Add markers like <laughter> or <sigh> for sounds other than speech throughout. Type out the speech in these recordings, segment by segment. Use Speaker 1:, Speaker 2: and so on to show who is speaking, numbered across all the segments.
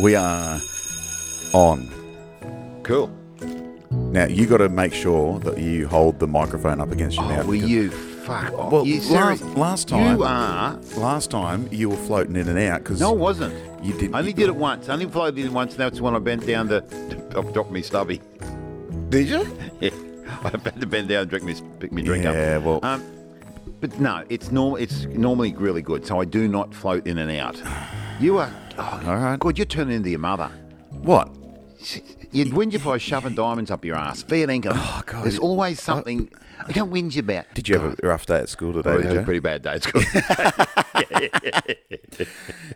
Speaker 1: we are on.
Speaker 2: Cool.
Speaker 1: Now you got to make sure that you hold the microphone up against your
Speaker 2: Oh,
Speaker 1: mouth.
Speaker 2: will
Speaker 1: because-
Speaker 2: you fuck off?
Speaker 1: Well,
Speaker 2: you
Speaker 1: last,
Speaker 2: serious?
Speaker 1: last time
Speaker 2: You are.
Speaker 1: last time you were floating in and out because
Speaker 2: No, I wasn't.
Speaker 1: you did.
Speaker 2: I only
Speaker 1: you-
Speaker 2: did it once. I only floated in once, and that's when I bent down to, to drop me stubby. <laughs>
Speaker 1: Did you?
Speaker 2: Yeah, I had to bend down and drink me, pick me drink up.
Speaker 1: Yeah, well-
Speaker 2: Um, but no, it's normal. It's normally really good, so I do not float in and out. You are. Oh,
Speaker 1: All right.
Speaker 2: God, you're turning into your mother.
Speaker 1: What?
Speaker 2: You'd whinge if I was shoving diamonds up your ass. Fair dinkum.
Speaker 1: Oh, God.
Speaker 2: There's always something. I don't whinge about.
Speaker 1: Did you have a rough day at school today?
Speaker 2: Oh,
Speaker 1: did
Speaker 2: it was a
Speaker 1: you?
Speaker 2: pretty bad day at school.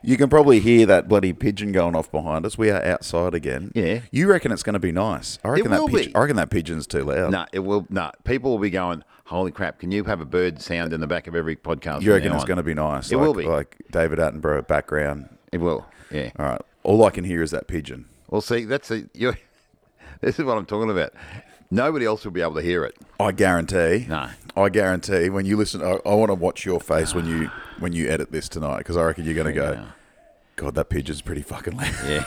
Speaker 1: You can probably hear that bloody pigeon going off behind us. We are outside again.
Speaker 2: Yeah.
Speaker 1: You reckon it's going to be nice? I reckon
Speaker 2: will
Speaker 1: that pigeon,
Speaker 2: be.
Speaker 1: I reckon that pigeon's too loud.
Speaker 2: no, it will. No, people will be going. Holy crap! Can you have a bird sound in the back of every podcast?
Speaker 1: You reckon it's going to be nice?
Speaker 2: It
Speaker 1: like,
Speaker 2: will be.
Speaker 1: like David Attenborough background.
Speaker 2: It will. Yeah.
Speaker 1: All right. All I can hear is that pigeon.
Speaker 2: Well, see, that's a, you. <laughs> This is what I'm talking about. Nobody else will be able to hear it.
Speaker 1: I guarantee.
Speaker 2: No.
Speaker 1: I guarantee. When you listen, I, I want to watch your face when
Speaker 2: <sighs>
Speaker 1: you when you edit this tonight because I reckon you're going to go.
Speaker 2: Yeah.
Speaker 1: God, that pigeon's pretty fucking
Speaker 2: <laughs>
Speaker 1: loud.
Speaker 2: Yeah.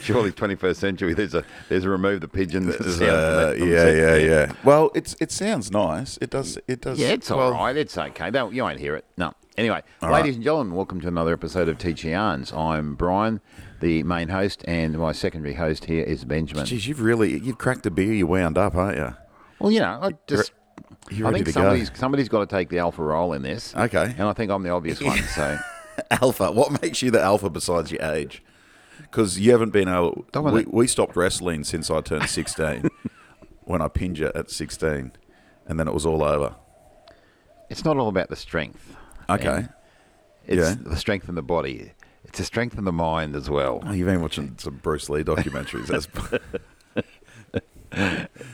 Speaker 2: Surely, 21st century. There's a there's a remove the pigeons.
Speaker 1: It's,
Speaker 2: sound from
Speaker 1: uh,
Speaker 2: that- from
Speaker 1: yeah,
Speaker 2: the-
Speaker 1: yeah, yeah. Well, it's it sounds nice. It does. It does.
Speaker 2: Yeah, it's all right.
Speaker 1: well,
Speaker 2: It's okay. Don't you won't hear it. No. Anyway,
Speaker 1: right.
Speaker 2: ladies and gentlemen, welcome to another episode of Teach Your Yarns. I'm Brian, the main host, and my secondary host here is Benjamin.
Speaker 1: Geez, you've really you've cracked a beer. You wound up, aren't you?
Speaker 2: Well, you know, I just
Speaker 1: You're
Speaker 2: I
Speaker 1: ready to
Speaker 2: think somebody's somebody's got to take the alpha role in this.
Speaker 1: Okay.
Speaker 2: And I think I'm the obvious one.
Speaker 1: <laughs>
Speaker 2: So
Speaker 1: go. <laughs> Alpha. What makes you the alpha besides your age? Because you haven't been able. We,
Speaker 2: Dominic.
Speaker 1: we stopped wrestling since I turned
Speaker 2: <laughs>
Speaker 1: sixteen. when I pinned you at sixteen, and then it was all over.
Speaker 2: it's not all about the strength.
Speaker 1: Okay.
Speaker 2: And It's
Speaker 1: Yeah.
Speaker 2: the strength in the body. It's the strength in the mind as well.
Speaker 1: Oh, you've been watching some Bruce Lee documentaries.
Speaker 2: <laughs>
Speaker 1: That's,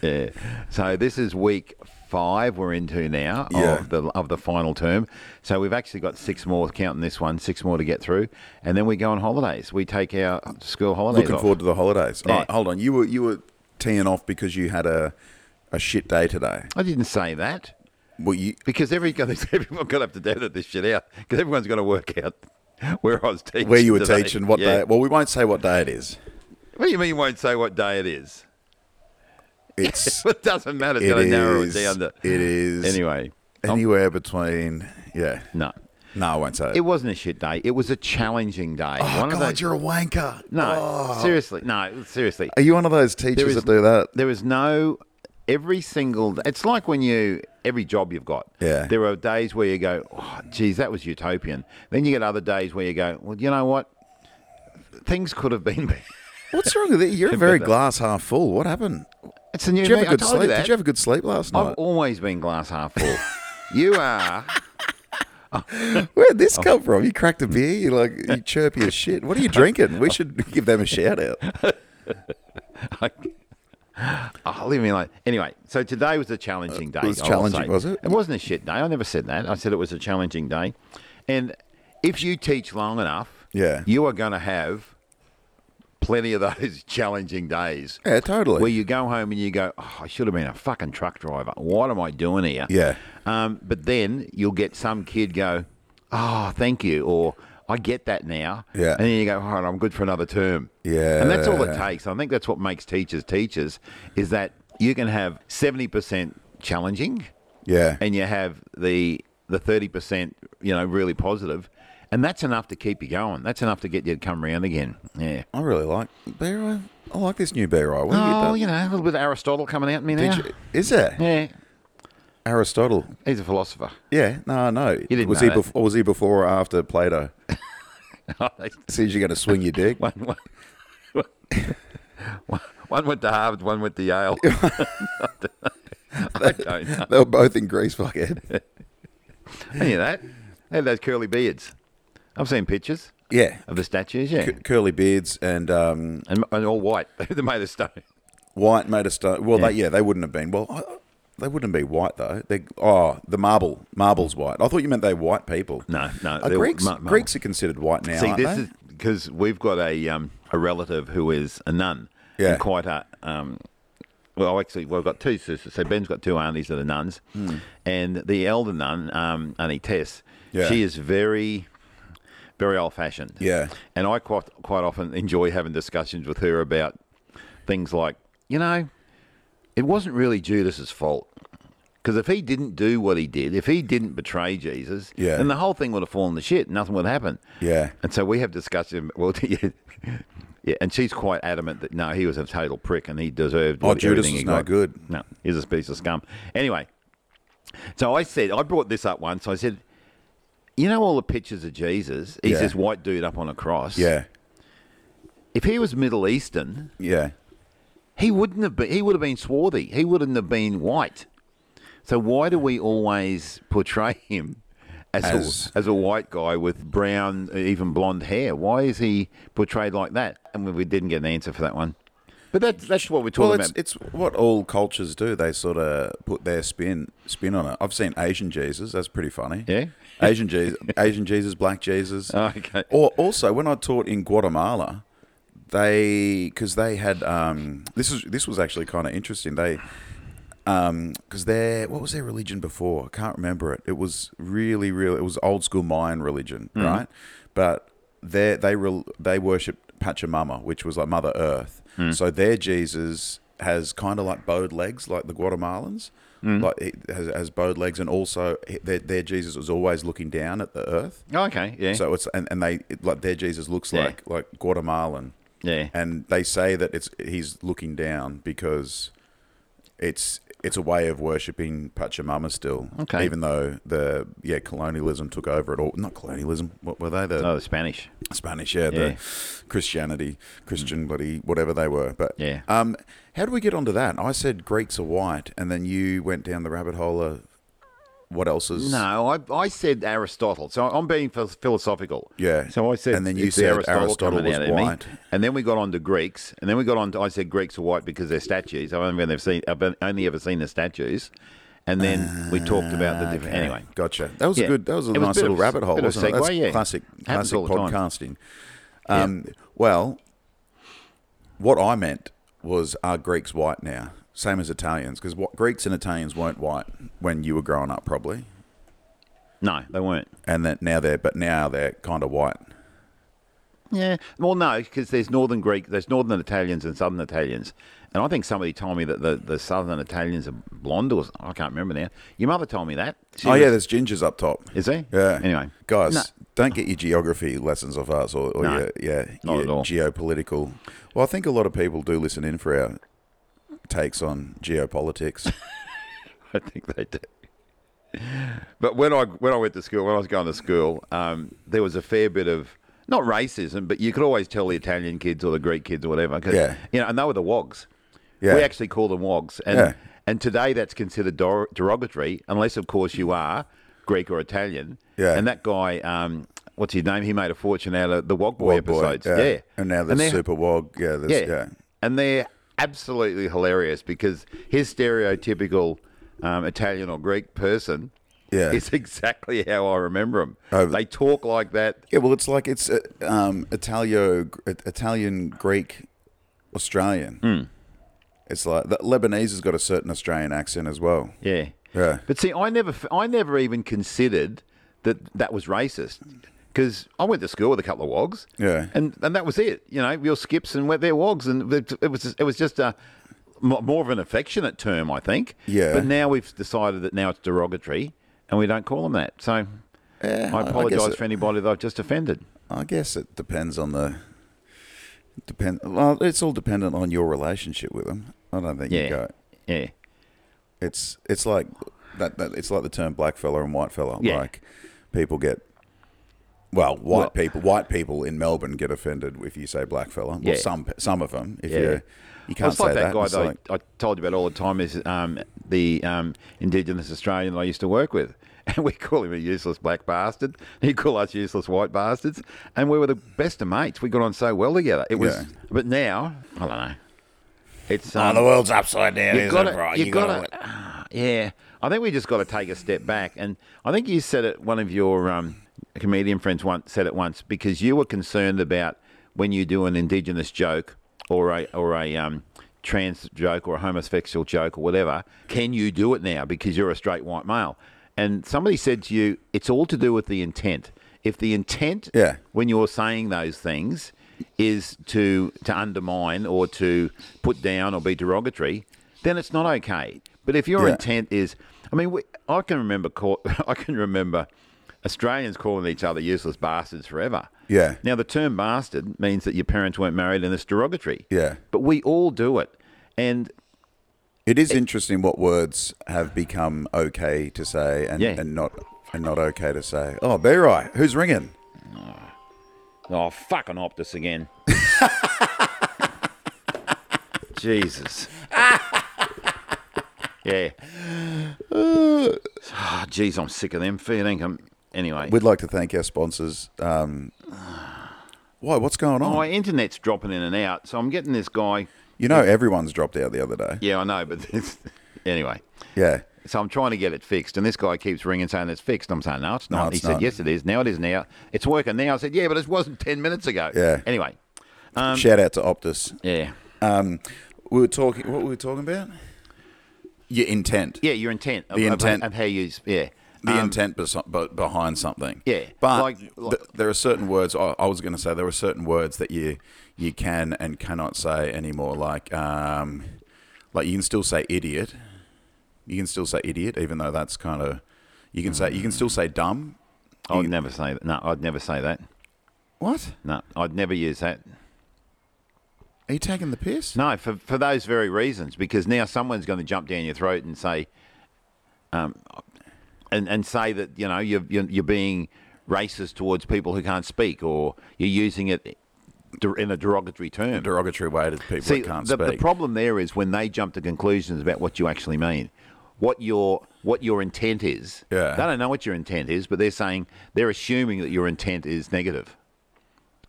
Speaker 2: Yeah. So this is week five we're into now
Speaker 1: Yeah.
Speaker 2: of the of the final term. So we've actually got six more counting this one, six more to get through, and then we go on holidays. We take our school holidays.
Speaker 1: looking
Speaker 2: off.
Speaker 1: forward to the holidays.
Speaker 2: Yeah.
Speaker 1: All right, hold on. You were you were teeing off because you had a a shit day today.
Speaker 2: I didn't say that
Speaker 1: Well, you
Speaker 2: because every <laughs> everyone got up to date at this shit out because everyone's got to work out where I was teaching.
Speaker 1: where you were
Speaker 2: today.
Speaker 1: teaching, what
Speaker 2: Yeah.
Speaker 1: day? Well, we won't say what day it is.
Speaker 2: What do you mean you won't say what day it is? <laughs>
Speaker 1: It's
Speaker 2: It doesn't matter. It's
Speaker 1: it
Speaker 2: going to narrow it
Speaker 1: is
Speaker 2: down to
Speaker 1: it is
Speaker 2: anyway.
Speaker 1: anywhere between yeah.
Speaker 2: No.
Speaker 1: No, I won't say it.
Speaker 2: It wasn't a shit day. It was a challenging day. One
Speaker 1: Oh,
Speaker 2: of
Speaker 1: God,
Speaker 2: those.
Speaker 1: you're a wanker.
Speaker 2: No,
Speaker 1: Oh.
Speaker 2: seriously. No, seriously.
Speaker 1: Are you one of those
Speaker 2: There
Speaker 1: teachers that
Speaker 2: is-
Speaker 1: do
Speaker 2: <laughs>
Speaker 1: that?
Speaker 2: There is no every single. It's like when you every job you've got.
Speaker 1: Yeah.
Speaker 2: There are days where you go, oh, "Geez, that was utopian." Then you get other days where you go, "Well, you know what? Things could have been." <laughs> better."
Speaker 1: What's wrong with it? You're very
Speaker 2: Better.
Speaker 1: glass half full. What happened?
Speaker 2: It's a new.
Speaker 1: Did you
Speaker 2: me.
Speaker 1: have a good
Speaker 2: I told
Speaker 1: sleep?
Speaker 2: You that.
Speaker 1: Did you have a good sleep last
Speaker 2: I've
Speaker 1: night?
Speaker 2: always been glass half full. you are.
Speaker 1: Where'd this
Speaker 2: Oh.
Speaker 1: come from? You cracked a beer, you like you
Speaker 2: <laughs>
Speaker 1: chirpy as shit. What are you drinking? We should give them a shout out.
Speaker 2: Oh, leave me alone. Anyway, so today was a challenging day.
Speaker 1: Uh, It was
Speaker 2: I will
Speaker 1: challenging,
Speaker 2: say.
Speaker 1: was it?
Speaker 2: It wasn't a shit day. I never said that. I said it was a challenging day. And if you teach long enough,
Speaker 1: Yeah.
Speaker 2: you are going to have plenty of <laughs> those challenging days
Speaker 1: Yeah, totally.
Speaker 2: where you go home and you go, oh, I should have been a fucking truck driver. What am I doing here?
Speaker 1: Yeah.
Speaker 2: Um, but then you'll get some kid go, oh, thank you, or I get that now.
Speaker 1: Yeah.
Speaker 2: And then you go, all right, I'm good for another term. And that's all it
Speaker 1: Yeah.
Speaker 2: takes. I think that's what makes teachers teachers is that you can have 70% challenging
Speaker 1: yeah.
Speaker 2: and you have the the 30%, you know, really positive, And that's enough to keep you going. That's enough to get you to come round again. Yeah.
Speaker 1: I really like Bear Eye. I like this new Bear Eye. What have
Speaker 2: Oh,
Speaker 1: you
Speaker 2: you know, a little bit of Aristotle coming out in me now.
Speaker 1: done? Did you- is there?
Speaker 2: Yeah,
Speaker 1: Aristotle.
Speaker 2: he's a philosopher.
Speaker 1: Yeah. No, no. You
Speaker 2: didn't
Speaker 1: was he
Speaker 2: know that.
Speaker 1: before was he before or after Plato? Seems you're gonna swing your dick.
Speaker 2: <laughs> one, one, one- one went to Harvard, one went to <laughs> Yale. I don't know.
Speaker 1: they were both in Greece
Speaker 2: <laughs>
Speaker 1: fuckhead.
Speaker 2: Any of that? They had those curly beards. I've seen pictures
Speaker 1: Yeah.
Speaker 2: of the statues, yeah.
Speaker 1: C- curly beards and um,
Speaker 2: And, and all white. <laughs> They're made of stone.
Speaker 1: white made of stone. Well,
Speaker 2: Yeah.
Speaker 1: They, yeah, they wouldn't have been. Well, I, they wouldn't be white though. They oh, the marble, marble's white. I thought you meant they were white people.
Speaker 2: No, no,
Speaker 1: Are
Speaker 2: they're
Speaker 1: Greeks
Speaker 2: mar- marble.
Speaker 1: Greeks are considered white now.
Speaker 2: See,
Speaker 1: aren't
Speaker 2: this
Speaker 1: they?
Speaker 2: is because we've got a um, a relative who is a nun.
Speaker 1: Yeah.
Speaker 2: And quite a. Um, well, actually, well, I've got two sisters. So Ben's got two aunties that are nuns,
Speaker 1: Hmm.
Speaker 2: and the elder nun, um, Auntie Tess,
Speaker 1: Yeah.
Speaker 2: she is very, very old fashioned.
Speaker 1: Yeah.
Speaker 2: And I quite quite often enjoy having discussions with her about things like, you know, it wasn't really Judas's fault. Because if he didn't do what he did, if he didn't betray Jesus,
Speaker 1: Yeah.
Speaker 2: then the whole thing would have fallen to shit. Nothing would happen.
Speaker 1: Yeah.
Speaker 2: And so we have discussion. Well, <laughs> yeah, yeah, and she's quite adamant that no, he was a total prick and he deserved.
Speaker 1: Oh,
Speaker 2: what-
Speaker 1: Judas
Speaker 2: everything
Speaker 1: is
Speaker 2: he
Speaker 1: no
Speaker 2: got.
Speaker 1: good.
Speaker 2: No, he's a piece of scum. Anyway, so I said I brought this up once. I said, you know, all the pictures of Jesus, he's
Speaker 1: Yeah.
Speaker 2: this white dude up on a cross.
Speaker 1: Yeah.
Speaker 2: If he was Middle Eastern,
Speaker 1: Yeah.
Speaker 2: he wouldn't have been. He would have been swarthy. He wouldn't have been white. So why do we always portray him as
Speaker 1: As-
Speaker 2: a, as a white guy with brown, even blonde hair? Why is he portrayed like that? And we- we didn't get an answer for that one. But that's that's what we're talking
Speaker 1: Well,
Speaker 2: about.
Speaker 1: it's, it's what all cultures do. They sort of put their spin spin on it. I've seen Asian Jesus. That's pretty funny.
Speaker 2: Yeah?
Speaker 1: Asian Jesus, Asian Jesus, Black <laughs> Jesus.
Speaker 2: Oh, okay.
Speaker 1: Or also, when I taught in Guatemala, they because they had um, this was this was actually kind of interesting. They because their what was their religion before? I can't remember it. It was really, really. It was old school Mayan religion, right? But they they rel they worshipped Pachamama, which was like Mother Earth. So their Jesus has kind of like bowed legs, like the Guatemalans. Like he has, has bowed legs, and also he- their, their Jesus was always looking down at the earth.
Speaker 2: Oh, okay. Yeah.
Speaker 1: So it's and, and they it, like their Jesus looks
Speaker 2: Yeah.
Speaker 1: like like Guatemalan,
Speaker 2: yeah.
Speaker 1: and they say that it's he's looking down because it's it's a way of worshiping Pachamama still.
Speaker 2: Okay.
Speaker 1: Even though the yeah colonialism took over it all, not colonialism. What were they? The
Speaker 2: Oh, the Spanish.
Speaker 1: Spanish, yeah,
Speaker 2: Yeah.
Speaker 1: the Christianity, Christian bloody whatever they were. But
Speaker 2: Yeah.
Speaker 1: um, how do we get onto that? I said Greeks are white, and then you went down the rabbit hole of what else is
Speaker 2: No, I, I said Aristotle. So I'm being phil- philosophical.
Speaker 1: Yeah.
Speaker 2: So I said,
Speaker 1: And then you
Speaker 2: it's
Speaker 1: said Aristotle
Speaker 2: coming
Speaker 1: was
Speaker 2: out at me.
Speaker 1: white.
Speaker 2: And then we got on to Greeks. And then we got on. To, I said Greeks are white because they're statues. I've only ever seen, I've only ever seen the statues. And then we talked about
Speaker 1: Ah,
Speaker 2: the different. Anyway,
Speaker 1: Gotcha. That was
Speaker 2: Yeah.
Speaker 1: a good. That was a
Speaker 2: It was a
Speaker 1: nice
Speaker 2: bit
Speaker 1: little
Speaker 2: of-
Speaker 1: rabbit hole,
Speaker 2: bit of
Speaker 1: wasn't it? That's
Speaker 2: segue, yeah.
Speaker 1: classic,
Speaker 2: Happens
Speaker 1: classic
Speaker 2: all the time.
Speaker 1: podcasting. Um, Well, what I meant was, are Greeks white now? Same as Italians, because what Greeks and Italians weren't white when you were growing up, probably,
Speaker 2: no, they weren't.
Speaker 1: and that now they're but now they're kind of white.
Speaker 2: Yeah. Well, no, because there's northern Greek, there's northern Italians and southern Italians, and I think somebody told me that the, the southern Italians are blonde or s- I can't remember now. Your mother told me that. She
Speaker 1: oh
Speaker 2: was-
Speaker 1: yeah, there's gingers up top.
Speaker 2: Is there?
Speaker 1: Yeah.
Speaker 2: Anyway.
Speaker 1: guys,
Speaker 2: No.
Speaker 1: don't get your geography lessons off us or, or
Speaker 2: No,
Speaker 1: your, yeah,
Speaker 2: not
Speaker 1: your
Speaker 2: at all.
Speaker 1: geopolitical. Well, I think a lot of people do listen in for our takes on geopolitics.
Speaker 2: <laughs> I think they do. But when I when I went to school, when I was going to school, um, there was a fair bit of not racism, but you could always tell the Italian kids or the Greek kids or whatever. 'cause,
Speaker 1: Yeah.
Speaker 2: You know, and they were the wogs.
Speaker 1: Yeah.
Speaker 2: We actually call them wogs, and
Speaker 1: Yeah.
Speaker 2: and today that's considered dor- derogatory, unless of course you are Greek or Italian.
Speaker 1: Yeah.
Speaker 2: And that guy, um, what's his name? He made a fortune out of the Wog Boy
Speaker 1: Wog boy,
Speaker 2: episodes. yeah.
Speaker 1: And now the
Speaker 2: they're-
Speaker 1: super wog. Yeah, there's,
Speaker 2: yeah.
Speaker 1: yeah.
Speaker 2: And they're absolutely hilarious because his stereotypical um, Italian or Greek person
Speaker 1: Yeah.
Speaker 2: is <laughs> exactly how I remember them.
Speaker 1: Oh.
Speaker 2: they talk like that.
Speaker 1: Yeah, well, it's like it's uh, um, Italio, Italian, Greek, Australian. It's like the Lebanese has got a certain Australian accent as well.
Speaker 2: Yeah.
Speaker 1: Yeah.
Speaker 2: But see, I never, f- I never even considered that that was racist because I went to school with a couple of wogs.
Speaker 1: Yeah.
Speaker 2: And and that was it. You know, your skips and their wogs, and it it was it was just a mo- more of an affectionate term, I think.
Speaker 1: Yeah.
Speaker 2: But now we've decided that now it's derogatory, and we don't call them that. So. I
Speaker 1: Eh, guess
Speaker 2: apologise
Speaker 1: it-
Speaker 2: for anybody that I've just offended.
Speaker 1: I guess it depends on the depend. Well, it's all dependent on your relationship with them. I don't think
Speaker 2: Yeah,
Speaker 1: you go.
Speaker 2: yeah,
Speaker 1: It's it's like that, that. It's like the term black fella and white fella.
Speaker 2: Yeah.
Speaker 1: Like people get. Well, white
Speaker 2: Well-
Speaker 1: people, white people in Melbourne get offended if you say black fella.
Speaker 2: Yeah.
Speaker 1: Well, some some of them. If
Speaker 2: Yeah.
Speaker 1: you you
Speaker 2: Well,
Speaker 1: can't
Speaker 2: it's
Speaker 1: say
Speaker 2: like
Speaker 1: that.
Speaker 2: that, guy
Speaker 1: it's
Speaker 2: that
Speaker 1: like-
Speaker 2: I, I told you about all the time is um, the um, Indigenous Australian that I used to work with, <laughs> and we call him a useless black bastard. He call us useless white bastards, and we were the best of mates. We got on so well together. It was,
Speaker 1: Yeah.
Speaker 2: but now I don't know. It's
Speaker 3: Oh,
Speaker 2: um,
Speaker 3: the world's upside down,
Speaker 2: you
Speaker 3: isn't
Speaker 2: gotta-
Speaker 3: it, right?
Speaker 2: you gotta- ah, <sighs> yeah. I think we just got to take a step back, and I think you said it. One of your um, comedian friends once said it once because you were concerned about when you do an indigenous joke or a or a um, trans joke or a homosexual joke or whatever. Can you do it now because you're a straight white male? And somebody said to you, it's all to do with the intent. if the intent
Speaker 1: Yeah.
Speaker 2: when you're saying those things is to to undermine or to put down or be derogatory, then it's not okay. But if your
Speaker 1: Yeah.
Speaker 2: intent is, I mean, we, I can remember call, <laughs> I can remember Australians calling each other useless bastards forever.
Speaker 1: Yeah.
Speaker 2: Now the term bastard means that your parents weren't married and it's derogatory.
Speaker 1: Yeah.
Speaker 2: But we all do it, and
Speaker 1: It is interesting what words have become okay to say and,
Speaker 2: Yeah.
Speaker 1: and not and not okay to say. Oh, be right. Who's ringing?
Speaker 2: oh fucking Optus again. <laughs> Jesus. <laughs> yeah. <sighs> Ah, Jeez, I'm sick of them feeling. I'm, anyway.
Speaker 1: We'd like to thank our sponsors. Um, why? What's going on?
Speaker 2: my internet's dropping in and out, so I'm getting this guy.
Speaker 1: You know, everyone's dropped out the other day.
Speaker 2: Yeah, I know, but this, <laughs> anyway.
Speaker 1: Yeah.
Speaker 2: So I'm trying to get it fixed, and this guy keeps ringing saying it's fixed. I'm saying no, it's not.
Speaker 1: it's
Speaker 2: he
Speaker 1: not.
Speaker 2: said yes, it is. Now it is. Now it's working. Now I said yeah, but it wasn't ten minutes ago.
Speaker 1: Yeah.
Speaker 2: Anyway, Um,
Speaker 1: Shout out to Optus.
Speaker 2: yeah,
Speaker 1: Um, we were talking. What were we talking about? Your intent.
Speaker 2: yeah. Your intent.
Speaker 1: The
Speaker 2: of,
Speaker 1: intent.
Speaker 2: of, of how you. s- Yeah.
Speaker 1: the intent beso- be- behind something.
Speaker 2: Yeah,
Speaker 1: but
Speaker 2: like-
Speaker 1: th- there are certain words. I, I was going to say there are certain words that you you can and cannot say anymore. Like um, like you can still say idiot. You can still say idiot, even though that's kind of you can say you can still say dumb.
Speaker 2: I would never say that. No, I'd never say that.
Speaker 1: What?
Speaker 2: No, I'd never use that.
Speaker 1: Are you taking the piss?
Speaker 2: No, for for those very reasons, because now someone's going to jump down your throat and say, um, and and say that you know you're you're, you're being racist towards people who can't speak, or you're using it der- in a derogatory term.
Speaker 1: Derogatory way to people that can't
Speaker 2: the,
Speaker 1: speak.
Speaker 2: the problem there is when they jump to conclusions about what you actually mean, what your what your intent is.
Speaker 1: Yeah.
Speaker 2: They don't know what your intent is, but they're saying they're assuming that your intent is negative,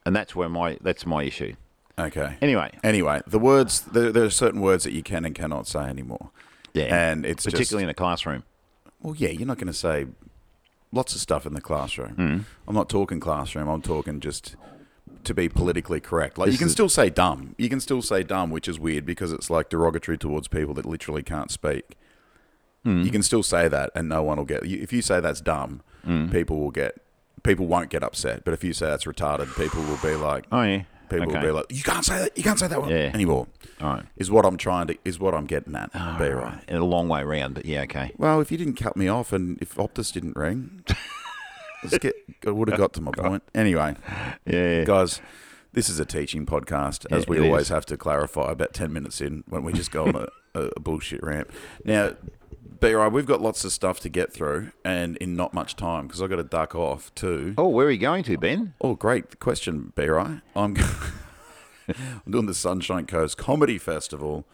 Speaker 2: and that's where my that's my issue.
Speaker 1: Okay.
Speaker 2: Anyway.
Speaker 1: Anyway, the words there, there are certain words that you can and cannot say anymore. And it's just-
Speaker 2: particularly in a classroom.
Speaker 1: Well, yeah, you're not going to say lots of stuff in the classroom.
Speaker 2: Hmm.
Speaker 1: I'm not talking classroom. I'm talking just to be politically correct. Like you can still say dumb. You can still say dumb, which is weird because it's like derogatory towards people that literally can't speak.
Speaker 2: Hmm.
Speaker 1: You can still say that, and no one will get. you- If you say that's dumb,
Speaker 2: Hmm.
Speaker 1: people will get. People won't get upset. But if you say that's retarded, people will be like,
Speaker 2: Oh yeah.
Speaker 1: people will
Speaker 2: Okay.
Speaker 1: be like, you can't say that. You can't say that one
Speaker 2: Yeah.
Speaker 1: anymore.
Speaker 2: All right.
Speaker 1: Is what I'm trying to. Is what I'm getting at. be right.
Speaker 2: In a long way round, but yeah, okay.
Speaker 1: Well, if you didn't cut me off and if Optus didn't
Speaker 2: <laughs>
Speaker 1: ring, let's get, I would have got to my point. Anyway,
Speaker 2: Yeah.
Speaker 1: guys, this is a teaching podcast, as
Speaker 2: Yeah,
Speaker 1: we
Speaker 2: it
Speaker 1: always
Speaker 2: is.
Speaker 1: have to clarify about 10 minutes in when we just go on a, a, a bullshit rant. Now, BRI, we've got lots of stuff to get through and in not much time because i got to duck off too.
Speaker 2: Oh, where are you going to, Ben?
Speaker 1: Oh, great question, BRI. I'm, <laughs> I'm doing the Sunshine Coast Comedy Festival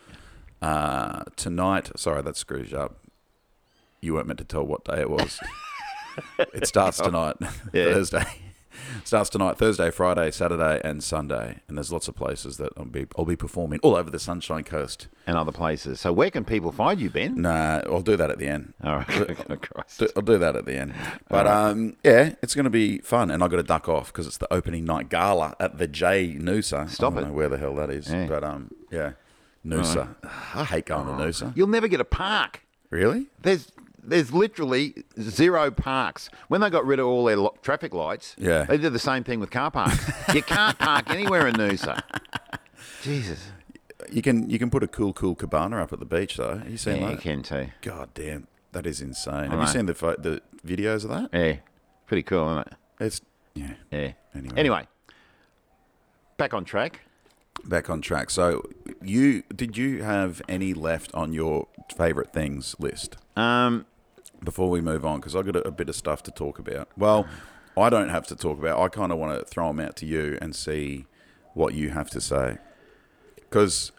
Speaker 1: uh, tonight. Sorry, that screws you up. You weren't meant to tell what day it was. it starts tonight, <laughs> Thursday. starts tonight, Thursday, Friday, Saturday, and Sunday. And there's lots of places that I'll be, I'll be performing all over the Sunshine Coast.
Speaker 2: And other places. So where can people find
Speaker 1: <laughs>
Speaker 2: you, Ben?
Speaker 1: Nah, I'll do that at the end.
Speaker 2: All right. Oh, <laughs> Christ.
Speaker 1: Do- I'll do that at the
Speaker 2: <laughs>
Speaker 1: end. But um, yeah, it's going to be fun, and I got to duck off because it's the opening night gala at the J Noosa.
Speaker 2: Stop
Speaker 1: I don't
Speaker 2: it.
Speaker 1: know where the hell that is,
Speaker 2: Yeah.
Speaker 1: but um, yeah, Noosa. <sighs> I hate going to Noosa.
Speaker 2: You'll never get a park.
Speaker 1: Really?
Speaker 2: There's there's literally zero parks. When they got rid of all their lo- traffic lights,
Speaker 1: Yeah.
Speaker 2: they did the same thing with car parks. you can't park anywhere in
Speaker 1: <laughs>
Speaker 2: Noosa. Jesus.
Speaker 1: You can you can put a cool cool cabana up at the beach though. Have you seen
Speaker 2: Yeah, you
Speaker 1: that?
Speaker 2: can too.
Speaker 1: God damn, that is insane. Have
Speaker 2: know.
Speaker 1: you seen the fo- the videos of that?
Speaker 2: Yeah. Pretty cool, isn't it?
Speaker 1: It's yeah.
Speaker 2: Yeah.
Speaker 1: Anyway.
Speaker 2: Anyway, back on track.
Speaker 1: Back on track. So, you did you have any left on your favorite things list?
Speaker 2: Um,
Speaker 1: before we move on because I got a, a bit of stuff to talk about. Well, I don't have to talk about. I kind of want to throw them out to you and see what you have to say. Because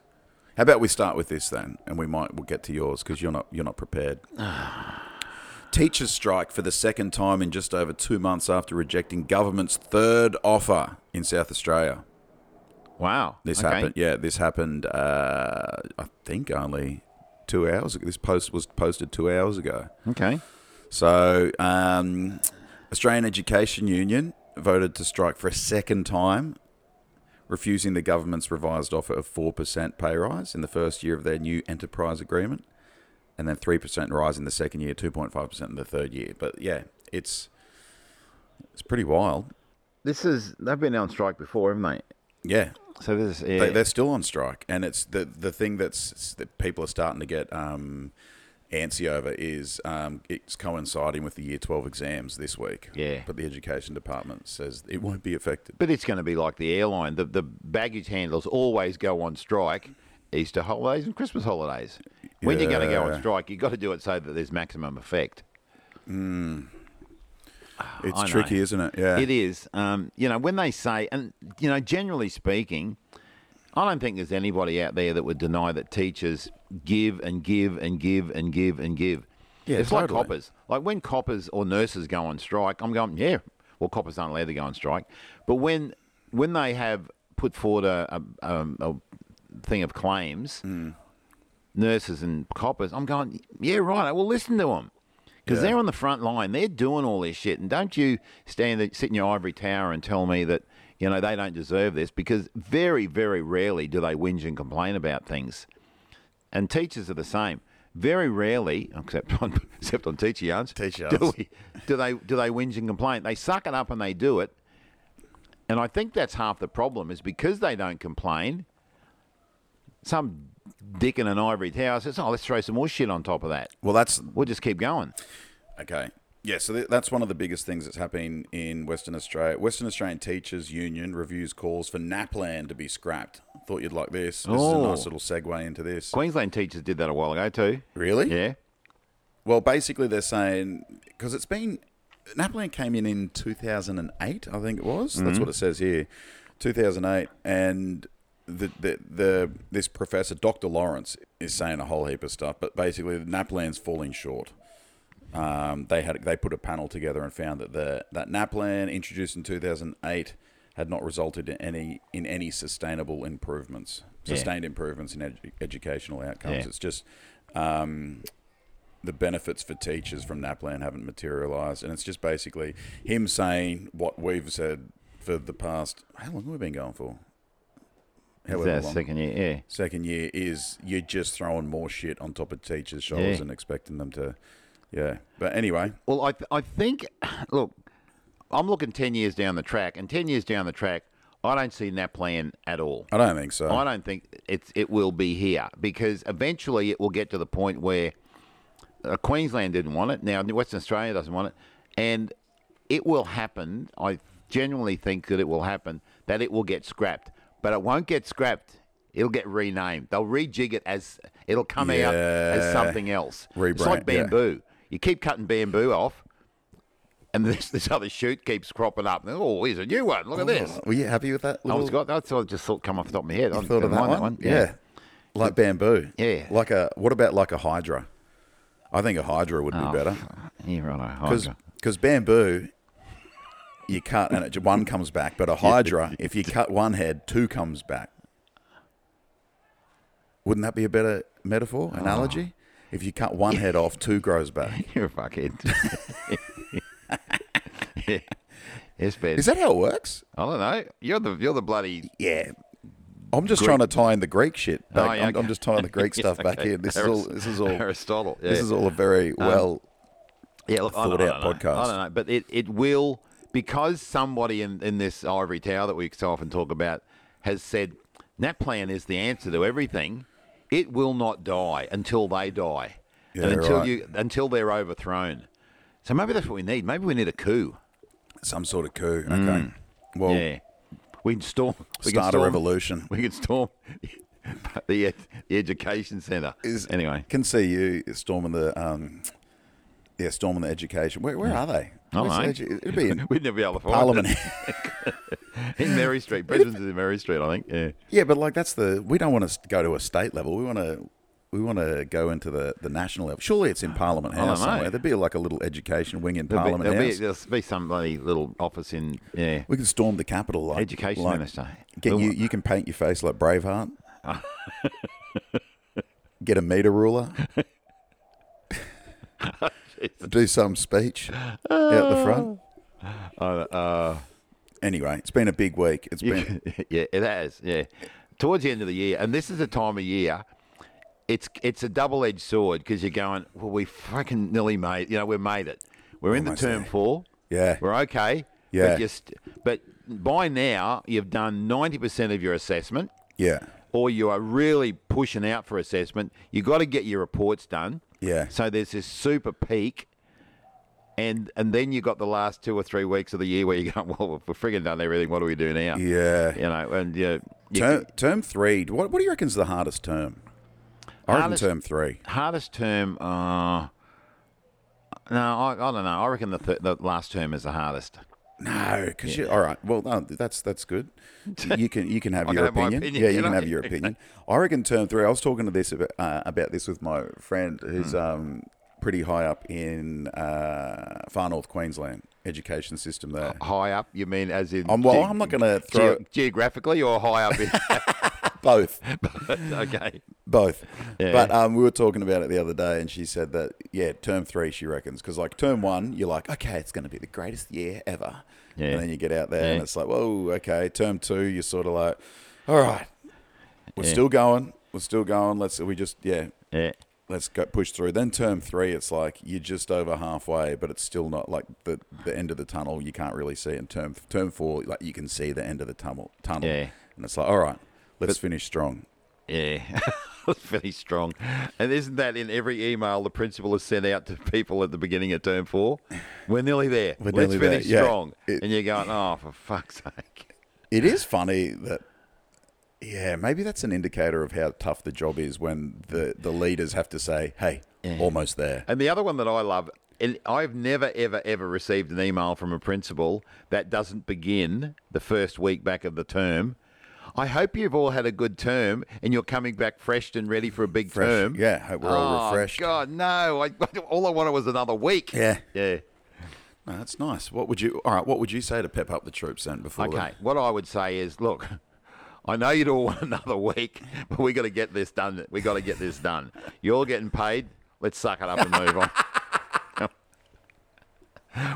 Speaker 1: how about we start with this then, and we might we'll get to yours because you're not you're not prepared. Teachers strike for the second time in just over two months after rejecting government's third offer in South Australia.
Speaker 2: wow.
Speaker 1: This
Speaker 2: Okay.
Speaker 1: happened. Yeah, this happened. Uh, I think only two hours. ago. This post was posted two hours ago.
Speaker 2: Okay.
Speaker 1: So, um, Australian Education Union voted to strike for a second time, refusing the government's revised offer of 4% pay rise in the first year of their new enterprise agreement, and then 3% rise in the second year, 2.5% in the third year. But yeah, it's It's pretty wild.
Speaker 2: This is they've been on strike before, haven't they?
Speaker 1: Yeah.
Speaker 2: So this is yeah.
Speaker 1: They, they're still on strike, and it's the the thing that's that people are starting to get um, antsy over is um, it's coinciding with the year twelve exams this week.
Speaker 2: Yeah.
Speaker 1: but the education department says it won't be affected.
Speaker 2: but it's going to be like the airline. The the baggage handlers always go on strike. Easter holidays and Christmas holidays. When you're going to go
Speaker 1: Yeah.
Speaker 2: on strike, you've got to do it so that there's maximum effect.
Speaker 1: It's
Speaker 2: Oh, I know.
Speaker 1: tricky, isn't it? Yeah,
Speaker 2: It is. Um, you know, when they say, and, you know, generally speaking, I don't think there's anybody out there that would deny that teachers give and give and give and give and give.
Speaker 1: Yeah,
Speaker 2: it's like
Speaker 1: totally.
Speaker 2: coppers. Like when coppers or nurses go on strike, I'm going, yeah, well, coppers aren't allowed to go on strike. But when when they have put forward a, a, um, a thing of claims,
Speaker 1: Hmm.
Speaker 2: nurses and coppers, I'm going, yeah, right, well, listen to them. Because
Speaker 1: Yeah.
Speaker 2: they're on the front line. They're doing all this shit. And don't you stand there, sit in your ivory tower and tell me that, you know, they don't deserve this because very, very rarely do they whinge and complain about things. And teachers are the same. Very rarely, except <laughs> on, except on teacher yarns,
Speaker 1: Teacher
Speaker 2: do,
Speaker 1: yarns.
Speaker 2: we, do they do they whinge and complain? They suck it up and they do it. And I think that's half the problem is because they don't complain, some dick in an ivory tower says, "Oh, let's throw some more shit on top of that.
Speaker 1: Well, that's
Speaker 2: We'll just keep going."
Speaker 1: Okay. Yeah, so th- that's one of the biggest things that's happening in Western Australia. Western Australian Teachers Union reviews calls for NAPLAN to be scrapped. Thought you'd like this. This is a
Speaker 2: Oh.
Speaker 1: nice little segue into this.
Speaker 2: Queensland teachers did that a while ago too.
Speaker 1: Really?
Speaker 2: Yeah,
Speaker 1: Well, basically, they're saying because it's been NAPLAN came in in 2008, I think it was. That's
Speaker 2: Mm-hmm.
Speaker 1: what it says here, 2008, and the, the the this professor, Dr. Lawrence, is saying a whole heap of stuff. But basically, NAPLAN's falling short. Um, they had they put a panel together and found that the that NAPLAN introduced in 2008 had not resulted in any in any sustainable improvements,
Speaker 2: Yeah.
Speaker 1: sustained improvements in edu- educational outcomes.
Speaker 2: Yeah.
Speaker 1: It's just um, the benefits for teachers from NAPLAN haven't materialised, and it's just basically him saying what we've said for the past how long have we been going for?
Speaker 2: Is
Speaker 1: However
Speaker 2: that
Speaker 1: long.
Speaker 2: second year. Yeah,
Speaker 1: Second year is you're just throwing more shit on top of teachers' shoulders
Speaker 2: Yeah.
Speaker 1: and expecting them to, yeah. But anyway,
Speaker 2: Well, I, th- I think, <clears throat> look, I'm looking 10 years down the track, and 10 years down the track, I don't see NAPLAN at all.
Speaker 1: I don't think so.
Speaker 2: I don't think it's it will be here because eventually it will get to the point where uh, Queensland didn't want it. Now Western Australia doesn't want it, and it will happen. I genuinely think that it will happen. That it will get scrapped, but it won't get scrapped. It'll get renamed. They'll rejig it as it'll come out as
Speaker 1: Yeah.
Speaker 2: something else. It's
Speaker 1: Rebrand,
Speaker 2: like
Speaker 1: yeah.
Speaker 2: bamboo. You keep cutting bamboo off, and <laughs> this this other shoot keeps cropping up. Oh, here's a new one. Look at this.
Speaker 1: Were you happy with that?
Speaker 2: I was
Speaker 1: little-
Speaker 2: Oh, got that's what I just thought come off the top of my head. I
Speaker 1: thought of
Speaker 2: didn't
Speaker 1: that
Speaker 2: mind
Speaker 1: one. Yeah. like bamboo.
Speaker 2: Yeah.
Speaker 1: like a what about like a hydra? I think a hydra would be
Speaker 2: Oh,
Speaker 1: better.
Speaker 2: Yeah, right.
Speaker 1: because bamboo you cut and it, one comes back but a hydra if you cut one head two comes back wouldn't that be a better
Speaker 2: Ah.
Speaker 1: metaphor analogy if you cut one head off two grows back
Speaker 2: <laughs> You're a fuckhead. <laughs> yeah. Yes, Ben.
Speaker 1: is that how it works
Speaker 2: I don't know. You're the you're the bloody
Speaker 1: yeah I'm just trying to tie in the Greek shit. Back.
Speaker 2: Oh, yeah,
Speaker 1: I'm, I'm
Speaker 2: okay.
Speaker 1: just tying the Greek stuff back
Speaker 2: Okay. <laughs>
Speaker 1: in. This is
Speaker 2: Aris-
Speaker 1: all. This is all.
Speaker 2: Aristotle. <laughs> Yeah. Um,
Speaker 1: This is all a very well.
Speaker 2: yeah, look, I
Speaker 1: thought
Speaker 2: don't- I
Speaker 1: out
Speaker 2: don't know.
Speaker 1: podcast.
Speaker 2: I don't know, but it, it will because somebody in, in this ivory tower that we so often talk about has said NatPlan is the answer to everything. It will not die until they die,
Speaker 1: Yeah,
Speaker 2: and until
Speaker 1: right.
Speaker 2: you until they're overthrown. So maybe that's what we need. Maybe we need a coup.
Speaker 1: some sort of coup. Okay. Well,
Speaker 2: mm. Yeah. We can storm. We can
Speaker 1: start a
Speaker 2: storm,
Speaker 1: revolution.
Speaker 2: <laughs> We can storm <laughs> the, ed- the education centre.
Speaker 1: is
Speaker 2: anyway,
Speaker 1: can see you storming the um yeah storming the education where, where are they
Speaker 2: I
Speaker 1: Where's the
Speaker 2: don't
Speaker 1: edu-
Speaker 2: know.
Speaker 1: it'd be
Speaker 2: <laughs>
Speaker 1: in
Speaker 2: We'd never be able to find
Speaker 1: parliament
Speaker 2: it. in Mary Street. Brisbane's in Mary Street, I think. Yeah.
Speaker 1: <laughs> yeah but like that's the we don't want to go to a state level we want to we want to go into the, the national level. Surely it's in Parliament
Speaker 2: don't
Speaker 1: House
Speaker 2: know.
Speaker 1: somewhere. There'd be like a little education wing in
Speaker 2: There'll
Speaker 1: Parliament
Speaker 2: be, there'll, be,
Speaker 1: House.
Speaker 2: there'll be some bloody little office in yeah.
Speaker 1: we could storm the capital like
Speaker 2: Education
Speaker 1: like-
Speaker 2: minister.
Speaker 1: Get you, you can paint your face like Braveheart. get a meter
Speaker 2: <laughs>
Speaker 1: ruler. Do some speech out the front.
Speaker 2: Uh,
Speaker 1: Anyway, it's been a big week. It's
Speaker 2: you
Speaker 1: been
Speaker 2: can- <laughs> yeah, it has. Yeah, towards the end of the year, and this is the time of year. It's it's a double edged sword because you're going. Well, we fucking nearly made. You know, we made it. We're in the
Speaker 1: Almost
Speaker 2: term
Speaker 1: there.
Speaker 2: four.
Speaker 1: Yeah.
Speaker 2: We're okay.
Speaker 1: Yeah.
Speaker 2: But, just, but by now, you've done 90% of your assessment
Speaker 1: Yeah.
Speaker 2: or you are really pushing out for assessment, you got to get your reports done.
Speaker 1: Yeah.
Speaker 2: So there's this super peak, and and then you got the last two or three weeks of the year where you go, <laughs> well, we've frigging done everything. What do we do now?
Speaker 1: Yeah.
Speaker 2: You know, and yeah, you,
Speaker 1: Term, term three. What, what do you reckon's the hardest term? I reckon
Speaker 2: Hardest-
Speaker 1: term three.
Speaker 2: hardest term. Uh, no, I, I don't know. I reckon the th- the last term is the hardest.
Speaker 1: No, because you. All right. Well, no, that's that's good. You can you can have
Speaker 2: <laughs> I
Speaker 1: your
Speaker 2: can have my
Speaker 1: opinion.
Speaker 2: opinion,
Speaker 1: Yeah,
Speaker 2: you
Speaker 1: you can
Speaker 2: know?
Speaker 1: have
Speaker 2: <laughs>
Speaker 1: your opinion. I reckon term three. I was talking to this about, uh, about this with my friend
Speaker 2: Hmm.
Speaker 1: who's um, pretty high up in uh, far north Queensland education system there.
Speaker 2: High up, you mean as in?
Speaker 1: Um, well,
Speaker 2: ge-
Speaker 1: I'm not going to
Speaker 2: ge-
Speaker 1: throw
Speaker 2: geographically or high up. In,
Speaker 1: both.
Speaker 2: <laughs>
Speaker 1: <laughs>
Speaker 2: okay.
Speaker 1: Both.
Speaker 2: Yeah.
Speaker 1: But um, we were talking about it the other day, and she said that, yeah, term three, she reckons. Because, like, term one, you're like, okay, it's going to be the greatest year ever.
Speaker 2: Yeah.
Speaker 1: And then you get out there, and
Speaker 2: Yeah.
Speaker 1: it's like, whoa, okay. Term two, you're sort of like, all right, we're still going. We're still going. Let's, we just, yeah,
Speaker 2: Yeah.
Speaker 1: let's go push through. Then term three, it's like you're just over halfway, but it's still not like the, the end of the tunnel. You can't really see. it. And term term four, like you can see the end of the tunnel. tunnel.
Speaker 2: Yeah.
Speaker 1: And it's like, all right, let's finish strong.
Speaker 2: Yeah, <laughs> that's pretty strong. And isn't that in every email the principal has sent out to people at the beginning of term four? We're nearly there.
Speaker 1: We're
Speaker 2: Let's
Speaker 1: nearly there,
Speaker 2: finish
Speaker 1: yeah.
Speaker 2: strong.
Speaker 1: It-
Speaker 2: and you're going, oh, for fuck's sake.
Speaker 1: It is funny that, yeah, maybe that's an indicator of how tough the job is when the, the leaders have to say, hey, almost there.
Speaker 2: And the other one that I love, and I've never, ever, ever received an email from a principal that doesn't begin the first week back of the term. I hope you've all had a good term and you're coming back fresh and ready for a big
Speaker 1: Fresh.
Speaker 2: term.
Speaker 1: Yeah, hope we're all
Speaker 2: Oh,
Speaker 1: refreshed.
Speaker 2: God, no. I, <laughs> all I wanted was another week.
Speaker 1: Yeah.
Speaker 2: Yeah.
Speaker 1: No, that's nice. What would you, all right, what would you say to pep up the troops then before the-
Speaker 2: Okay, what I would say is, look, <laughs> I know you'd all <laughs> want another week, but we got to get this done. We got to get this done. You're getting paid. Let's suck it up and move on.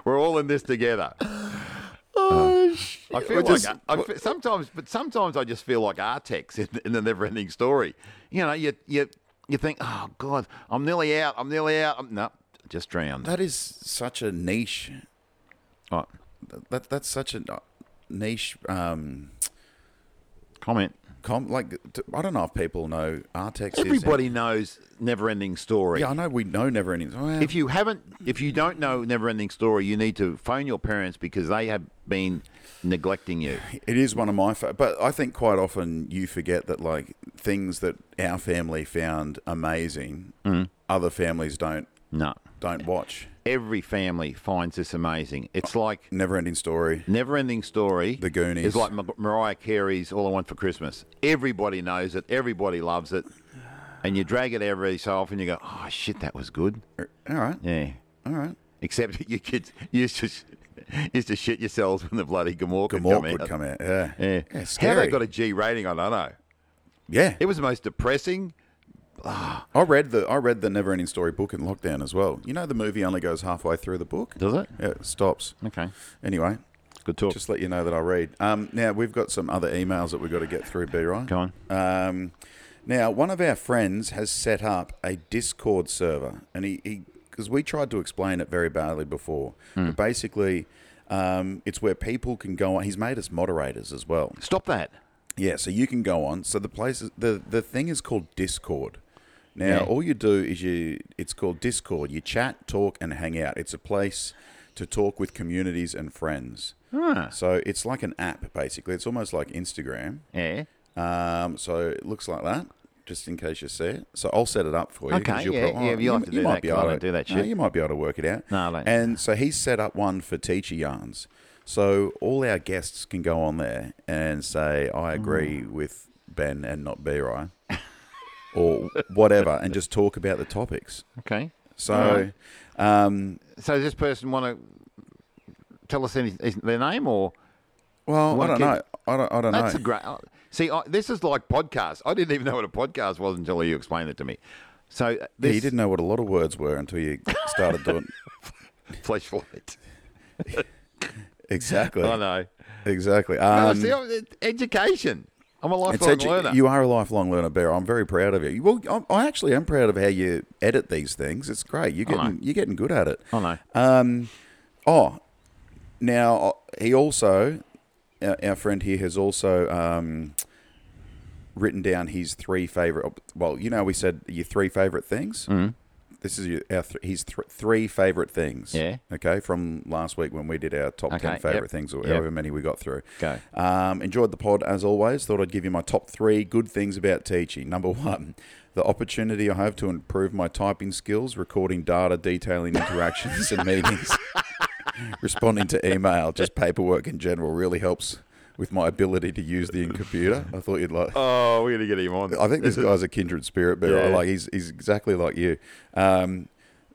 Speaker 2: <laughs> We're all in this
Speaker 1: <sighs>
Speaker 2: together. Uh, I feel
Speaker 1: Oh, We're
Speaker 2: like
Speaker 1: just-
Speaker 2: I fe- sometimes, but sometimes I just feel like Artex in, in the never-ending story. You know, you you you think, oh God, I'm nearly out. I'm nearly out. I'm no, just drowned.
Speaker 1: That is such a niche
Speaker 2: Oh,
Speaker 1: that that's such a niche um
Speaker 2: comment.
Speaker 1: com like t- I don't know if people know Artex
Speaker 2: Everybody knows never-ending story.
Speaker 1: is Yeah, I know we know never ending. Well,
Speaker 2: If you haven't, if you don't know Neverending Story, you need to phone your parents because they have been neglecting you.
Speaker 1: it is one of my fa- but I think quite often you forget that like things that our family found amazing
Speaker 2: Mm.
Speaker 1: other families don't
Speaker 2: No,
Speaker 1: don't watch.
Speaker 2: every family finds this amazing. It's like
Speaker 1: Never ending story.
Speaker 2: Neverending Story.
Speaker 1: The Goonies.
Speaker 2: is like Ma- Mariah Carey's "All I Want for Christmas." Everybody knows it. Everybody loves it. And you drag it every so often. You go, "Oh shit, that was good."
Speaker 1: All right.
Speaker 2: Yeah.
Speaker 1: All right.
Speaker 2: Except <laughs> you kids used to sh- used to shit yourselves when the bloody Gamork would
Speaker 1: Gamork
Speaker 2: come
Speaker 1: would
Speaker 2: out.
Speaker 1: come out. Yeah.
Speaker 2: Yeah. How
Speaker 1: scary.
Speaker 2: they got a G rating, I don't know.
Speaker 1: yeah.
Speaker 2: It was the most depressing.
Speaker 1: I read the I read the Never Ending Story book in lockdown as well. You know the movie only goes halfway through the book?
Speaker 2: Does it?
Speaker 1: Yeah, it stops.
Speaker 2: Okay.
Speaker 1: Anyway,
Speaker 2: Good talk.
Speaker 1: just let you know that I read. Um, now we've got some other emails that we've got to get through, B right?
Speaker 2: Go on.
Speaker 1: Um, now one of our friends has set up a Discord server, and he because we tried to explain it very badly before, but basically. Um, it's where people can go on. He's made us moderators as well.
Speaker 2: Stop that.
Speaker 1: Yeah, so you can go on. So the place, is, the the thing is called Discord. Now,
Speaker 2: Yeah.
Speaker 1: all you do is you. It's called Discord. You chat, talk, and hang out. It's a place to talk with communities and friends. So it's like an app, basically. It's almost like Instagram.
Speaker 2: Yeah.
Speaker 1: Um, so it looks like that. Just in case you see it, so I'll set it up for you.
Speaker 2: Okay,
Speaker 1: 'cause you'll
Speaker 2: yeah,
Speaker 1: probably-
Speaker 2: yeah, you'll have to do
Speaker 1: might
Speaker 2: that
Speaker 1: be
Speaker 2: 'cause I
Speaker 1: able
Speaker 2: don't do that
Speaker 1: no,
Speaker 2: shit.
Speaker 1: you might be able to work it out.
Speaker 2: No, I don't.
Speaker 1: And so he's set up one for teacher yarns. So all our guests can go on there and say,
Speaker 2: Mm.
Speaker 1: "I agree with Ben and not B right," or whatever, and just talk about the topics.
Speaker 2: Okay.
Speaker 1: So, um,
Speaker 2: So does this person want to tell us any, is their name or?
Speaker 1: well, I
Speaker 2: Wanna
Speaker 1: don't
Speaker 2: keep-
Speaker 1: know. I don't. I don't
Speaker 2: That's
Speaker 1: know.
Speaker 2: a great. See, I, this is like podcast. I didn't even know what a podcast was until you explained it to me. So uh,
Speaker 1: Yeah,
Speaker 2: this
Speaker 1: you didn't know what a lot of words were until you started
Speaker 2: <laughs>
Speaker 1: doing. <laughs>
Speaker 2: flashlight.
Speaker 1: exactly.
Speaker 2: I know.
Speaker 1: Exactly.
Speaker 2: Oh,
Speaker 1: Um,
Speaker 2: see, I'm- it- education. I'm a lifelong
Speaker 1: edu-
Speaker 2: learner.
Speaker 1: You are a lifelong learner, Bear. I'm very proud of you. Well, I'm, I actually am proud of how you edit these things. It's great. You're
Speaker 2: I know.
Speaker 1: Uh, getting you're getting good at it.
Speaker 2: I know.
Speaker 1: Um, oh, Now he also, our our friend here has also um, written down his three favorite. Well, you know, we said your three favorite things.
Speaker 2: Mm-hmm.
Speaker 1: Mm. This is your, our th- his th- three favorite things.
Speaker 2: Yeah.
Speaker 1: Okay, from last week when we did our top
Speaker 2: Okay,
Speaker 1: ten
Speaker 2: yep.
Speaker 1: favorite things, or
Speaker 2: Yep.
Speaker 1: however many we got through.
Speaker 2: Go.
Speaker 1: Um, enjoyed the pod as always. Thought I'd give you my top three good things about teaching. Number one, the opportunity I have to improve my typing skills, recording data, detailing interactions and meetings, responding to email, just paperwork in general really helps with my ability to use the computer. I thought you'd like.
Speaker 2: Oh, we're gonna get him on. <laughs>
Speaker 1: I think this guy's a kindred spirit, but
Speaker 2: Yeah.
Speaker 1: I like he's he's exactly like you. Um,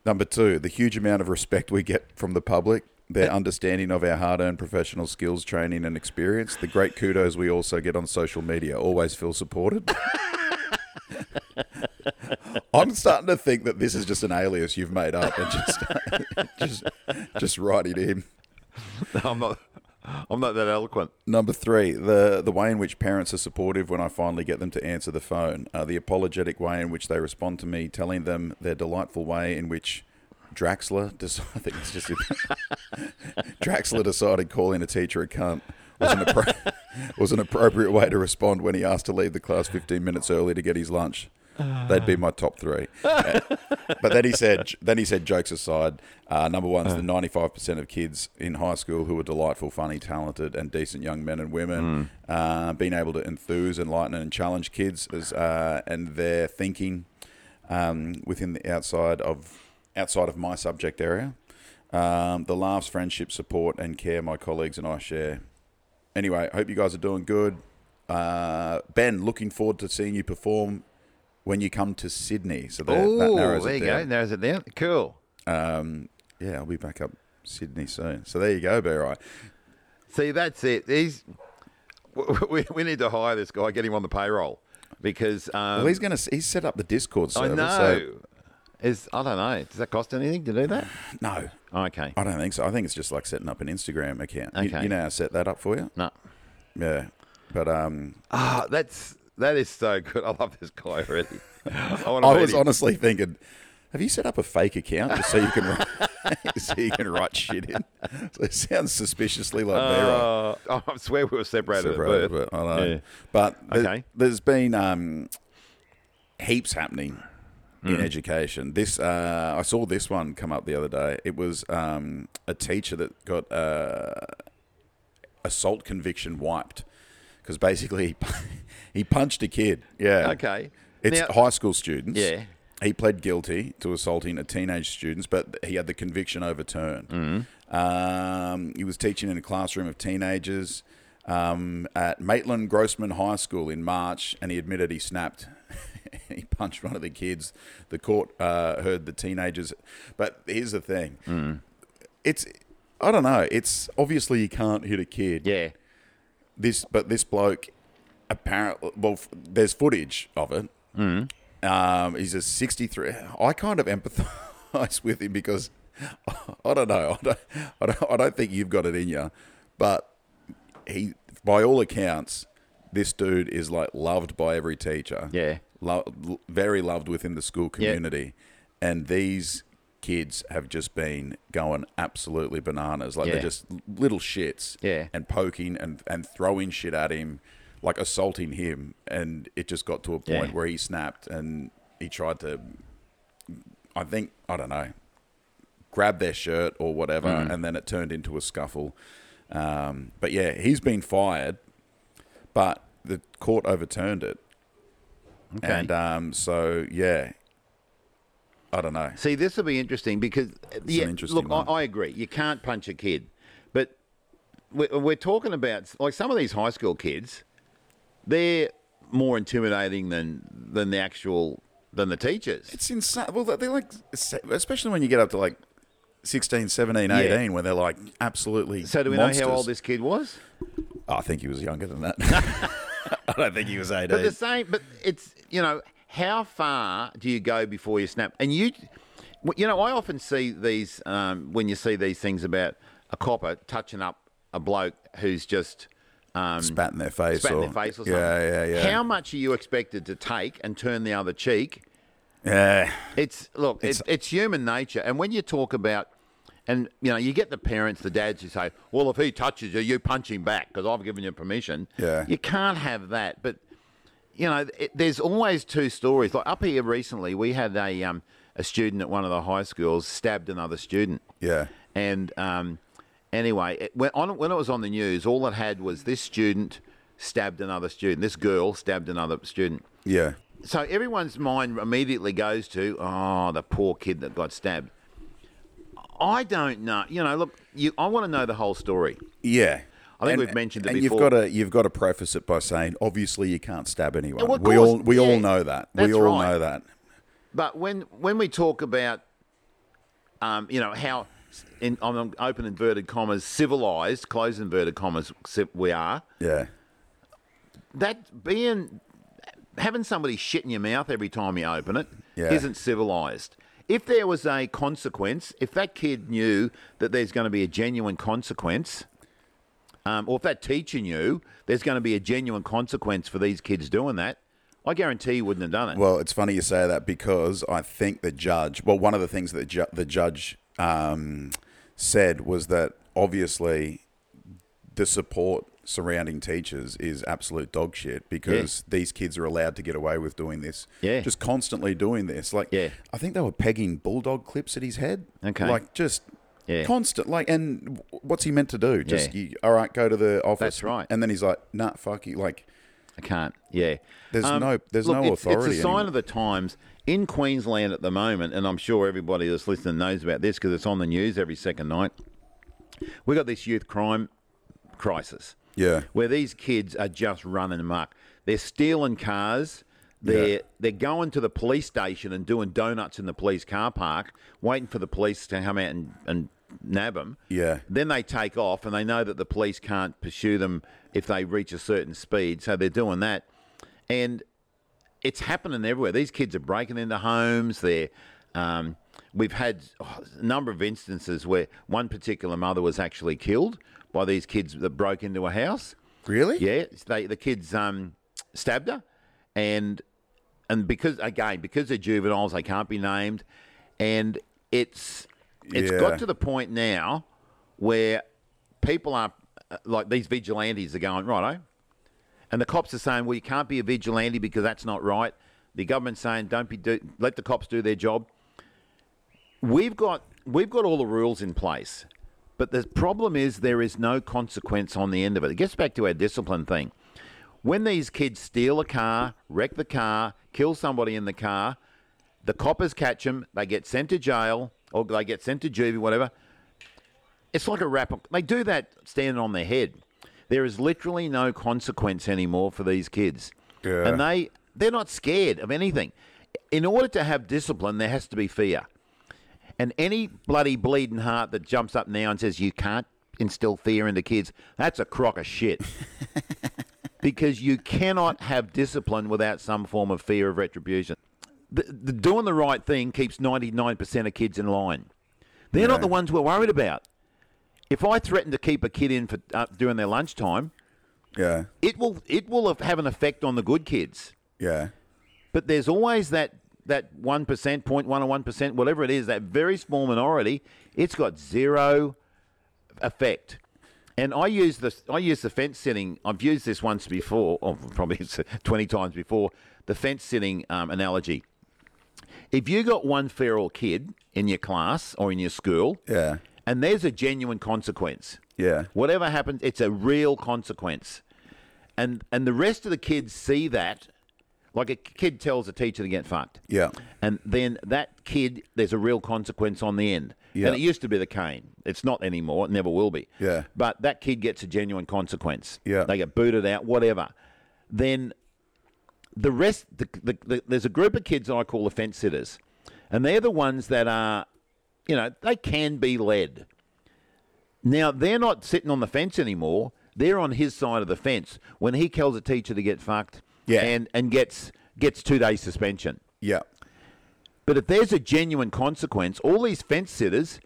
Speaker 1: number two, the huge amount of respect we get from the public, their understanding of our hard-earned professional skills, training, and experience, the great kudos we also get on social media. Always feel
Speaker 2: <laughs>
Speaker 1: supported. I'm starting to think that this is just an alias you've made up and just just <laughs> just writing in.
Speaker 2: I'm not. I'm not that eloquent.
Speaker 1: Number three, the the way in which parents are supportive when I finally get them to answer the phone, uh, the apologetic way in which they respond to me, telling them their delightful way in which Draxler decided, <laughs> I think it's just Draxler decided calling a teacher a cunt was an, appro- <laughs> was an appropriate way to respond when he asked to leave the class 15 minutes early to get his lunch. They'd be my top three. Uh, but then he
Speaker 2: <laughs>
Speaker 1: said, then he said, jokes aside, uh, number one's the 95% of kids in high school who are delightful, funny, talented, and decent young men and women.
Speaker 2: Hmm.
Speaker 1: Uh, being able to enthuse, enlighten, and challenge kids is, uh, and their thinking um, within the outside of outside of my subject area. Um, the laughs, friendship, support, and care my colleagues and I share. Anyway, hope you guys are doing good. Uh, ben, looking forward to seeing you perform when you come to Sydney. So there, that
Speaker 2: Oh,
Speaker 1: narrows
Speaker 2: there
Speaker 1: it
Speaker 2: you go.
Speaker 1: down.
Speaker 2: Narrows it down. Cool.
Speaker 1: Um, yeah, I'll be back up Sydney soon. So there you go, Bear. Right.
Speaker 2: See, that's it. He's. <laughs> We, we need to hire this guy. Get him on the payroll because um,
Speaker 1: Well, he's gonna he's set up the Discord
Speaker 2: I
Speaker 1: server.
Speaker 2: know. Is I don't know. Does that cost anything to do that?
Speaker 1: So, <clears throat> no,
Speaker 2: Okay.
Speaker 1: I don't think so. I think it's just like setting up an Instagram account. You-
Speaker 2: Okay.
Speaker 1: you know, how to set that up for you.
Speaker 2: No.
Speaker 1: Yeah, but um,
Speaker 2: Ah, that's that is so good. <laughs> I love this guy already. I want
Speaker 1: <laughs>
Speaker 2: to
Speaker 1: I
Speaker 2: meet
Speaker 1: was
Speaker 2: him.
Speaker 1: honestly thinking, have you set up a fake account just so you can write, <laughs> so you can write shit in? <laughs> So it sounds suspiciously like Vera.
Speaker 2: Uh, <laughs> oh, I swear we were separated.
Speaker 1: Separated,
Speaker 2: at birth.
Speaker 1: but, I know.
Speaker 2: Yeah.
Speaker 1: but there,
Speaker 2: Okay.
Speaker 1: has been um, heaps happening in
Speaker 2: Mm.
Speaker 1: education. This uh, I saw this one come up the other day. It was um, a teacher that got uh, assault conviction wiped because basically <laughs> he, he punched a kid. Yeah.
Speaker 2: Okay.
Speaker 1: It's
Speaker 2: Now-
Speaker 1: high school students.
Speaker 2: Yeah.
Speaker 1: He pled guilty to assaulting a teenage students, but he had the conviction overturned. Um, he was teaching in a classroom of teenagers um, at Maitland Grossman High School in March, and he admitted he snapped. <laughs> he punched one of the kids. The court uh, heard the teenagers. But here's the thing: it's I don't know. It's obviously you can't hit a kid
Speaker 2: Yeah.
Speaker 1: this but this bloke apparently well f- there's footage of it um, he's a 63 i kind of empathize <laughs> with him because i don't know I don't, I don't, I don't think you've got it in you but he by all accounts this dude is like loved by every teacher
Speaker 2: Yeah.
Speaker 1: Lo- l- very loved within the school community and these kids have just been going absolutely bananas like
Speaker 2: Yeah.
Speaker 1: they're just little shits
Speaker 2: Yeah.
Speaker 1: and poking and, and throwing shit at him, like assaulting him. And it just got to a point
Speaker 2: Yeah.
Speaker 1: where he snapped and he tried to, I think, I don't know, grab their shirt or whatever.
Speaker 2: Mm.
Speaker 1: And then it turned into a scuffle. Um, but yeah, he's been fired, but the court overturned it.
Speaker 2: Okay.
Speaker 1: And um, so, yeah, I don't know.
Speaker 2: See, this will be interesting because yeah,
Speaker 1: interesting
Speaker 2: look,
Speaker 1: one.
Speaker 2: I, I agree. You can't punch a kid, but we're, we're talking about like some of these high school kids. They're more intimidating than than the actual than the teachers.
Speaker 1: It's insane. Well, they're like, especially when you get up to like 16, 17, 18,
Speaker 2: Yeah.
Speaker 1: when they're like absolutely.
Speaker 2: So do we
Speaker 1: monsters.
Speaker 2: know how old this kid was?
Speaker 1: I think he was younger than
Speaker 2: <laughs>
Speaker 1: that. <laughs> I don't think he was 18.
Speaker 2: But the same, but it's you know how far do you go before you snap? And you, well, you know, I often see these um, when you see these things about a copper touching up a bloke who's just um,
Speaker 1: spat in their face.
Speaker 2: spat
Speaker 1: or,
Speaker 2: in their face or something.
Speaker 1: Yeah, yeah, yeah.
Speaker 2: How much are you expected to take and turn the other cheek?
Speaker 1: yeah.
Speaker 2: It's look, it's, it's, human nature, and when you talk about And you know, you get the parents, the dads who say, "Well, if he touches you, you punch him back because I've given you permission."
Speaker 1: Yeah.
Speaker 2: you can't have that. But you know, it, there's always two stories. Like up here recently, we had a um, a student at one of the high schools stabbed another student.
Speaker 1: Yeah.
Speaker 2: And um, anyway, it, when, on, when it was on the news, all it had was this student stabbed another student. This girl stabbed another student.
Speaker 1: Yeah.
Speaker 2: So everyone's mind immediately goes to, oh, the poor kid that got stabbed. I don't know. You know, look, you, I want to know the whole story.
Speaker 1: Yeah.
Speaker 2: I think we've mentioned it
Speaker 1: and
Speaker 2: before.
Speaker 1: you've got to you've got to preface it by saying obviously you can't stab anyone.
Speaker 2: Well, of
Speaker 1: we
Speaker 2: course,
Speaker 1: all we
Speaker 2: yeah.
Speaker 1: all know that.
Speaker 2: That's
Speaker 1: we all
Speaker 2: right.
Speaker 1: know that.
Speaker 2: But when when we talk about, um, you know how, in I'm open inverted commas, civilized, close inverted commas, ci- we are
Speaker 1: Yeah.
Speaker 2: that being having somebody shit in your mouth every time you open it
Speaker 1: Yeah.
Speaker 2: not civilized. If there was a consequence, if that kid knew that there's going to be a genuine consequence, um, or if that teacher knew there's going to be a genuine consequence for these kids doing that, I guarantee you wouldn't have done it.
Speaker 1: Well, it's funny you say that because I think the judge. Well, one of the things that ju- the judge um, said was that obviously the support surrounding teachers is absolute dog shit because these kids are allowed to get away with doing this.
Speaker 2: Yeah.
Speaker 1: just constantly doing this. Like,
Speaker 2: Yeah.
Speaker 1: I think they were pegging bulldog clips at his head.
Speaker 2: Okay.
Speaker 1: like just.
Speaker 2: Yeah.
Speaker 1: Constant, like, and what's he meant to do? Just,
Speaker 2: Yeah.
Speaker 1: you, all right, go to the office.
Speaker 2: That's right.
Speaker 1: And then he's like, nah, fuck you. Like,
Speaker 2: I can't. Yeah. Um,
Speaker 1: There's no- there's
Speaker 2: look,
Speaker 1: no
Speaker 2: it's-
Speaker 1: authority
Speaker 2: It's a sign
Speaker 1: anymore.
Speaker 2: of the times in Queensland at the moment, and I'm sure everybody that's listening knows about this because it's on the news every second night. We got this youth crime crisis
Speaker 1: yeah.
Speaker 2: where these kids are just running amok. They're stealing cars. They're
Speaker 1: Yeah.
Speaker 2: they're going to the police station and doing donuts in the police car park, waiting for the police to come out and, and nab them.
Speaker 1: Yeah.
Speaker 2: Then they take off, and they know that the police can't pursue them if they reach a certain speed, so they're doing that, and it's happening everywhere. These kids are breaking into homes. They're um, we've had oh, a number of instances where one particular mother was actually killed by these kids that broke into a house.
Speaker 1: Really?
Speaker 2: Yeah, it's they the kids um, stabbed her, and and because again because they're juveniles they can't be named, and it's it's
Speaker 1: Yeah.
Speaker 2: got to the point now where people are uh, like these vigilantes are going righto, and the cops are saying well you can't be a vigilante because that's not right. The government's saying don't be do, let the cops do their job. We've got we've got all the rules in place, but the problem is there is no consequence on the end of it. It gets back to our discipline thing. When these kids steal a car, wreck the car, kill somebody in the car, the coppers catch them. They get sent to jail or they get sent to juvie, whatever. It's like a wrap. They do that standing on their head. There is literally no consequence anymore for these kids,
Speaker 1: Yeah.
Speaker 2: and they they're not scared of anything. In order to have discipline, there has to be fear. And any bloody bleeding heart that jumps up now and says you can't instill fear into kids, that's a crock of shit. because you cannot have discipline without some form of fear of retribution. The, the, doing the right thing keeps 99% of kids in line. They're not
Speaker 1: Yeah.
Speaker 2: the ones we're worried about. If I threaten to keep a kid in for uh, during their lunchtime,
Speaker 1: Yeah.
Speaker 2: it will it will have an effect on the good kids.
Speaker 1: Yeah.
Speaker 2: But there's always that that one percent, point one or one percent, whatever it is, that very small minority. It's got zero effect. And I use the I use the fence sitting. I've used this once before, or probably <laughs> twenty times before. The fence sitting um, analogy. If you got one feral kid in your class or in your school,
Speaker 1: Yeah.
Speaker 2: and there's a genuine consequence.
Speaker 1: Yeah.
Speaker 2: Whatever happens, it's a real consequence. And and the rest of the kids see that, like a kid tells a teacher to get fucked.
Speaker 1: Yeah.
Speaker 2: And then that kid, there's a real consequence on the end.
Speaker 1: Yeah.
Speaker 2: And it used to be the cane. It's not anymore. It never will be.
Speaker 1: Yeah.
Speaker 2: But that kid gets a genuine consequence.
Speaker 1: Yeah.
Speaker 2: They get booted out, whatever. Then the rest, the, the, the, there's a group of kids that I call the fence sitters. And they're the ones that are, you know, they can be led. Now they're not sitting on the fence anymore. They're on his side of the fence when he tells a teacher to get fucked
Speaker 1: Yeah.
Speaker 2: and, and gets gets two days suspension.
Speaker 1: Yeah.
Speaker 2: But if there's a genuine consequence, all these fence sitters,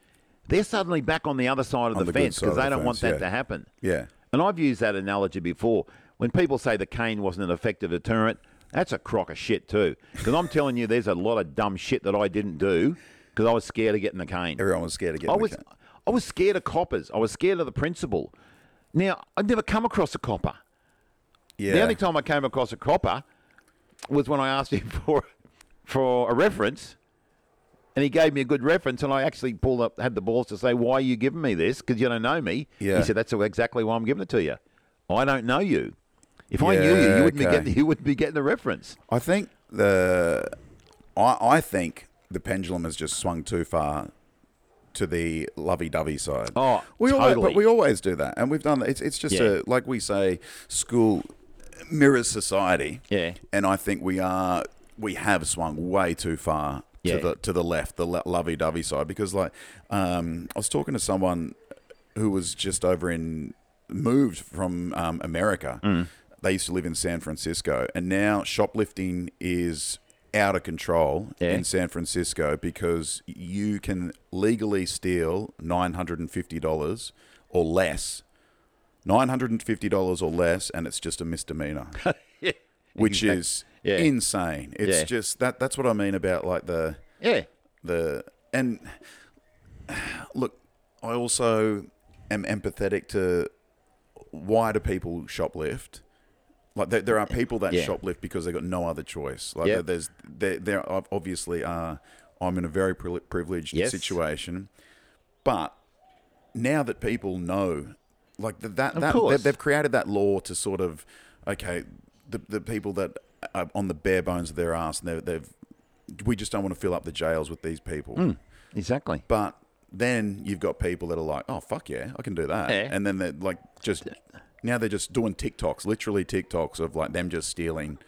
Speaker 2: they're suddenly back on the other side of
Speaker 1: On the
Speaker 2: the
Speaker 1: good
Speaker 2: fence
Speaker 1: side
Speaker 2: because
Speaker 1: of
Speaker 2: they
Speaker 1: the
Speaker 2: don't want
Speaker 1: fence,
Speaker 2: that
Speaker 1: yeah.
Speaker 2: to happen.
Speaker 1: Yeah.
Speaker 2: And I've used that analogy before. When people say the cane wasn't an effective deterrent, that's a crock of shit too. Because I'm telling you, there's a lot of dumb shit that I didn't do because I was scared of getting the cane.
Speaker 1: Everyone was scared of getting.
Speaker 2: I
Speaker 1: the
Speaker 2: was,
Speaker 1: ca-
Speaker 2: I was scared of coppers. I was scared of the principal. Now, I'd never come across a copper.
Speaker 1: Yeah.
Speaker 2: The only time I came across a copper was when I asked him <laughs> for for a reference, and he gave me a good reference, and I actually pulled up had the balls to say, "Why are you giving me this? Because you don't know me."
Speaker 1: Yeah.
Speaker 2: He said, "That's exactly why I'm giving it to you. I don't know you. If I knew you,
Speaker 1: Yeah,
Speaker 2: you wouldn't be
Speaker 1: okay.
Speaker 2: getting <laughs> you wouldn't be getting the reference."
Speaker 1: I think the I, I think the pendulum has just swung too far to the lovey-dovey side.
Speaker 2: Oh,
Speaker 1: we always,
Speaker 2: totally.
Speaker 1: but we always do that, and we've done that. It's it's just
Speaker 2: Yeah.
Speaker 1: a like we say, school mirrors society.
Speaker 2: Yeah.
Speaker 1: and I think we are we have swung way too far.
Speaker 2: Yeah.
Speaker 1: To the to the left, the lo- lovey-dovey side, because like um, I was talking to someone who was just over in moved from um, America.
Speaker 2: Mm.
Speaker 1: They used to live in San Francisco, and now shoplifting is out of control
Speaker 2: Yeah.
Speaker 1: in San Francisco because you can legally steal nine hundred and fifty dollars or less. Nine hundred and fifty dollars or less, and it's just a misdemeanor, which is
Speaker 2: Yeah.
Speaker 1: insane. It's
Speaker 2: Yeah.
Speaker 1: just that. That's what I mean about like the
Speaker 2: Yeah.
Speaker 1: the and <sighs> look i also am empathetic to why do people shoplift like there, there are people that
Speaker 2: Yeah.
Speaker 1: shoplift because they've got no other choice like
Speaker 2: Yeah.
Speaker 1: there, there's there, there ob- obviously are i'm in a very pri- privileged
Speaker 2: Yes.
Speaker 1: situation but now that people know like th- that, that
Speaker 2: course.
Speaker 1: they've, they've created that law to sort of okay the, the people that are on the bare bones of their ass and they've, they've we just don't want to fill up the jails with these people
Speaker 2: Mm. Exactly.
Speaker 1: but then you've got people that are like, oh fuck yeah, I can do that,
Speaker 2: Yeah.
Speaker 1: and then they're like just now they're just doing TikToks, literally TikToks of like them just stealing.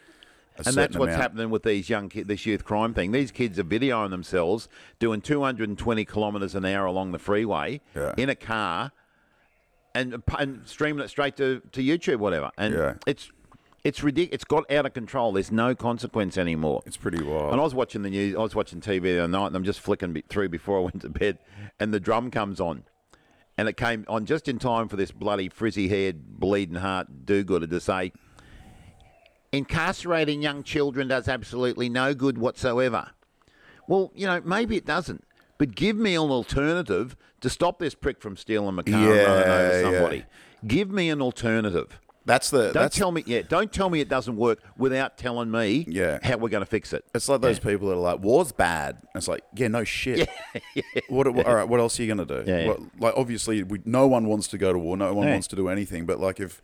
Speaker 1: A
Speaker 2: And that's what's happening with these young ki- this youth crime thing. These kids are videoing themselves doing 220 kilometres an hour along the freeway
Speaker 1: Yeah.
Speaker 2: in a car, and and streaming it straight to, to YouTube, whatever. And
Speaker 1: Yeah.
Speaker 2: it's it's ridiculous. It's got out of control. There's no consequence anymore.
Speaker 1: It's pretty wild.
Speaker 2: And I was watching the news. I was watching TV the other night, and I'm just flicking be- through before I went to bed, and the drum comes on, and it came on just in time for this bloody frizzy-haired, bleeding heart do-gooder to say, "Incarcerating young children does absolutely no good whatsoever." Well, you know, maybe it doesn't, but give me an alternative to stop this prick from stealing a car and running
Speaker 1: Yeah,
Speaker 2: over
Speaker 1: yeah.
Speaker 2: somebody. Give me an alternative.
Speaker 1: That's the
Speaker 2: Don't
Speaker 1: that's
Speaker 2: tell me, yeah. Don't tell me it doesn't work without telling me,
Speaker 1: Yeah.
Speaker 2: how we're going to fix it.
Speaker 1: it's like those people that are like war's bad. And it's like yeah, no shit.
Speaker 2: <laughs>
Speaker 1: What, all right, what else are you gonna do?
Speaker 2: Yeah, yeah.
Speaker 1: What- like obviously, we, no one wants to go to war. No one
Speaker 2: Yeah.
Speaker 1: wants to do anything. But like if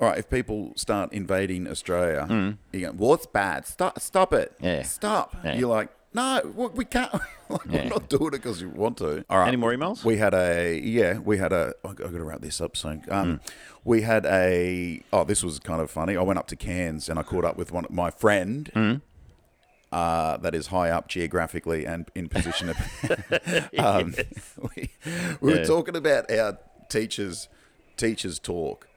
Speaker 1: all right, if people start invading Australia, you go war's bad. Stop, stop it.
Speaker 2: Mm. Yeah.
Speaker 1: Stop.
Speaker 2: Yeah.
Speaker 1: You're like. No, we- we can't. <laughs> Like,
Speaker 2: Yeah.
Speaker 1: We're not doing it because you want to. All right.
Speaker 2: Any more emails?
Speaker 1: We had a yeah. We had a. I got to wrap this up soon. Um,
Speaker 2: Hmm.
Speaker 1: we had a. Oh, this was kind of funny. I went up to Cairns and I caught up with one my friend.
Speaker 2: Hmm.
Speaker 1: Uh, that is high up geographically and in
Speaker 2: <laughs>
Speaker 1: position. Of, <laughs> um, we we
Speaker 2: Yeah.
Speaker 1: were talking about our teachers, teachers talk.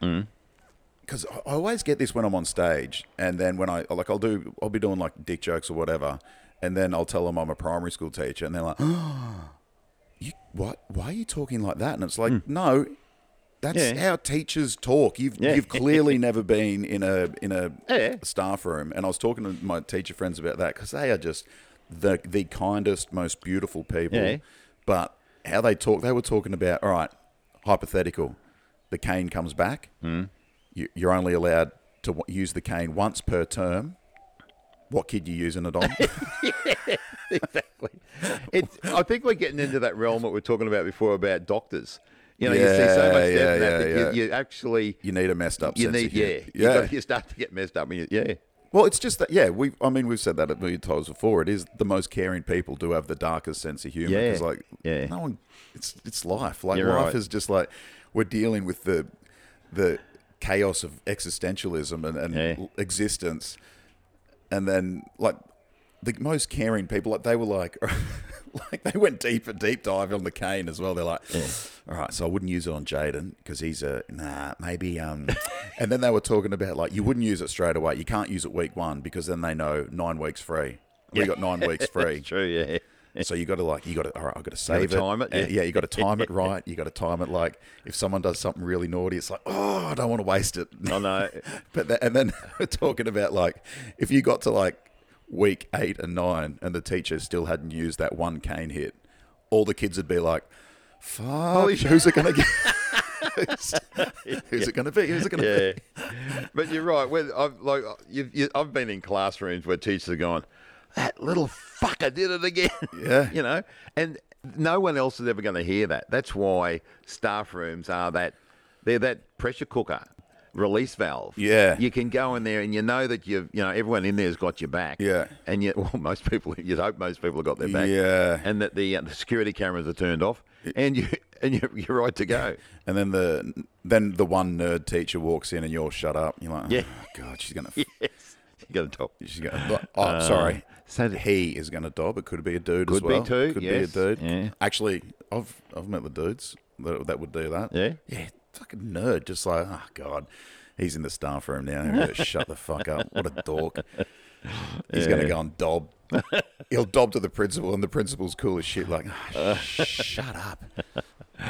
Speaker 1: Because I always get this when I'm on stage, and then when I like, I'll do, I'll be doing like dick jokes or whatever, and then I'll tell them I'm a primary school teacher, and they're like, <gasps> you, what? Why are you talking like that? And it's like, no, that's
Speaker 2: Hmm. Yeah.
Speaker 1: how teachers talk. You've
Speaker 2: Yeah.
Speaker 1: you've clearly never been in a in a
Speaker 2: <laughs> Yeah.
Speaker 1: staff room. And I was talking to my teacher friends about that because they are just the the kindest, most beautiful people.
Speaker 2: Yeah.
Speaker 1: But how they talk, they were talking about all right, hypothetical. The cane comes back.
Speaker 2: Hmm.
Speaker 1: You, you're only allowed to w- use the cane once per term. What kid you using
Speaker 2: <laughs>
Speaker 1: it on?
Speaker 2: exactly. It's, I think we're getting into that realm that we were talking about before about doctors. You know, you see so
Speaker 1: Yeah,
Speaker 2: much stuff
Speaker 1: yeah,
Speaker 2: in that,
Speaker 1: yeah,
Speaker 2: that you-
Speaker 1: yeah.
Speaker 2: you, actually
Speaker 1: you need a messed up.
Speaker 2: you
Speaker 1: sense
Speaker 2: need
Speaker 1: of
Speaker 2: yeah,
Speaker 1: humor.
Speaker 2: You, got, you start to get messed up. When you, yeah,
Speaker 1: Well, it's just that, yeah. We, I mean, we've said that a million times before. It is the most caring people do have the darkest sense of humor.
Speaker 2: Yeah.
Speaker 1: 'cause, like,
Speaker 2: Yeah.
Speaker 1: no one, it's it's life. Like,
Speaker 2: You're
Speaker 1: life
Speaker 2: right.
Speaker 1: is just like we're dealing with the the chaos of existentialism and, and
Speaker 2: Yeah.
Speaker 1: l- existence, and then like the most caring people, like they were like. <laughs> Like they went deep a deep dive on the cane as well. They're like, all right, so I wouldn't use it on Jaden because he's a nah, maybe. Um, and then they were talking about like you wouldn't use it straight away. You can't use it week one because then they know nine weeks free. We got nine
Speaker 2: <laughs>
Speaker 1: weeks free,
Speaker 2: true. Yeah,
Speaker 1: so you got to like you got to all right. I got to save
Speaker 2: time it,
Speaker 1: And, yeah,
Speaker 2: yeah.
Speaker 1: you got to
Speaker 2: <laughs>
Speaker 1: time it right. You got to time it like if someone does something really naughty, it's like oh, I don't want to waste it.
Speaker 2: I know.
Speaker 1: But the, and then <laughs> we're talking about like if you got to like week eight and nine, and the teacher still hadn't used that one cane hit, all the kids would be like, fuck, who's it
Speaker 2: <laughs>
Speaker 1: going to get? <laughs> Who's it going to be? Who's it going to be?
Speaker 2: Yeah, <laughs> but you're right. When I've like you, you, I've been in classrooms where teachers are going, "That little fucker did it again."
Speaker 1: Yeah.
Speaker 2: <laughs> you know, and no one else is ever going to hear that. That's why staff rooms are that they're that pressure cooker, release valve.
Speaker 1: Yeah.
Speaker 2: you can go in there and you know that you've you know everyone in there's got your back.
Speaker 1: Yeah.
Speaker 2: and yet <laughs> well, most people you'd hope most people have got their back.
Speaker 1: Yeah.
Speaker 2: and that the, uh, the security cameras are turned off, and you <laughs> and you're, you're right
Speaker 1: <laughs>
Speaker 2: to go.
Speaker 1: And then the then the one nerd teacher walks in and you're shut up. You're like,
Speaker 2: Yeah.
Speaker 1: oh, God, she's going to.
Speaker 2: yes, you got to top.
Speaker 1: She's gonna. Oh, sorry.
Speaker 2: Uh, so
Speaker 1: So
Speaker 2: th-
Speaker 1: he is gonna dob. It could be a dude as
Speaker 2: Could be
Speaker 1: well.
Speaker 2: too,
Speaker 1: Could
Speaker 2: yes,
Speaker 1: be a dude.
Speaker 2: yeah.
Speaker 1: Actually, I've I've met the dudes that, that would do that.
Speaker 2: Yeah?
Speaker 1: Yeah. Fucking nerd. Just like, oh god, he's in the staff room now. He'll go, Shut the fuck up. What a dork. He's gonna go and dob. He'll dob to the principal, and the principal's cool as shit. Like,
Speaker 2: <laughs>
Speaker 1: "Ah, sh- shut up.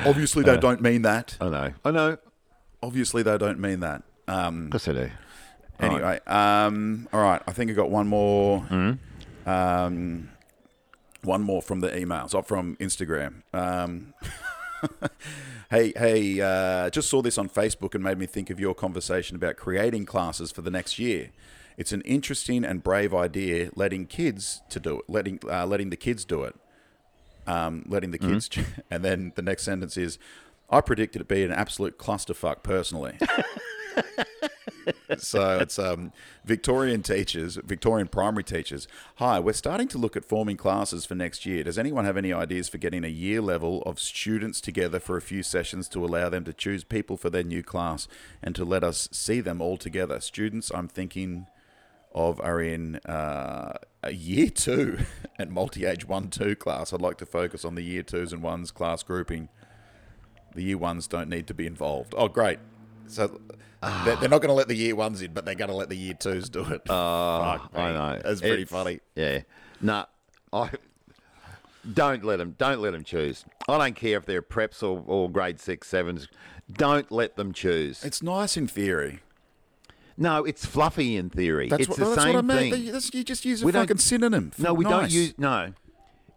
Speaker 1: Obviously,
Speaker 2: Uh.
Speaker 1: they don't mean that.
Speaker 2: I know. I know.
Speaker 1: Obviously, they don't mean that. Um,
Speaker 2: Of course I do.
Speaker 1: Anyway, um, all right. I think I got one more, um, one more from the emails, or from Instagram. Um, <laughs> hey, hey, uh, just saw this on Facebook and made me think of your conversation about creating classes for the next year. It's an interesting and brave idea, letting kids to do it, letting uh, letting the kids do it um, letting the kids. <laughs> And then the next sentence is, I predicted it be an absolute clusterfuck personally. so it's um, Victorian teachers, Victorian primary teachers. Hi, we're starting to look at forming classes for next year. Does anyone have any ideas for getting a year level of students together for a few sessions to allow them to choose people for their new class and to let us see them all together? Students, I'm thinking of are in uh, a year two <laughs> and multi-age one two class. I'd like to focus on the year twos and ones class grouping. The year ones don't need to be involved. Oh, great! So
Speaker 2: Ah.
Speaker 1: they're, they're not going to let the year ones in, but they're going to let the year twos do it. Fuck,
Speaker 2: Ah, Oh, I
Speaker 1: mate.
Speaker 2: know.
Speaker 1: That's pretty
Speaker 2: It's-
Speaker 1: funny.
Speaker 2: Yeah. No, I don't let them. Don't let them choose. I don't care if they're preps or, or grade six, sevens. Don't let them choose.
Speaker 1: It's nice in theory.
Speaker 2: no, it's fluffy in theory.
Speaker 1: That's
Speaker 2: it's
Speaker 1: what,
Speaker 2: the
Speaker 1: that's
Speaker 2: same
Speaker 1: what I meant.
Speaker 2: thing.
Speaker 1: They- that's- you just use a
Speaker 2: We don't-
Speaker 1: fucking synonym. for
Speaker 2: No, we don't
Speaker 1: nice.
Speaker 2: use no.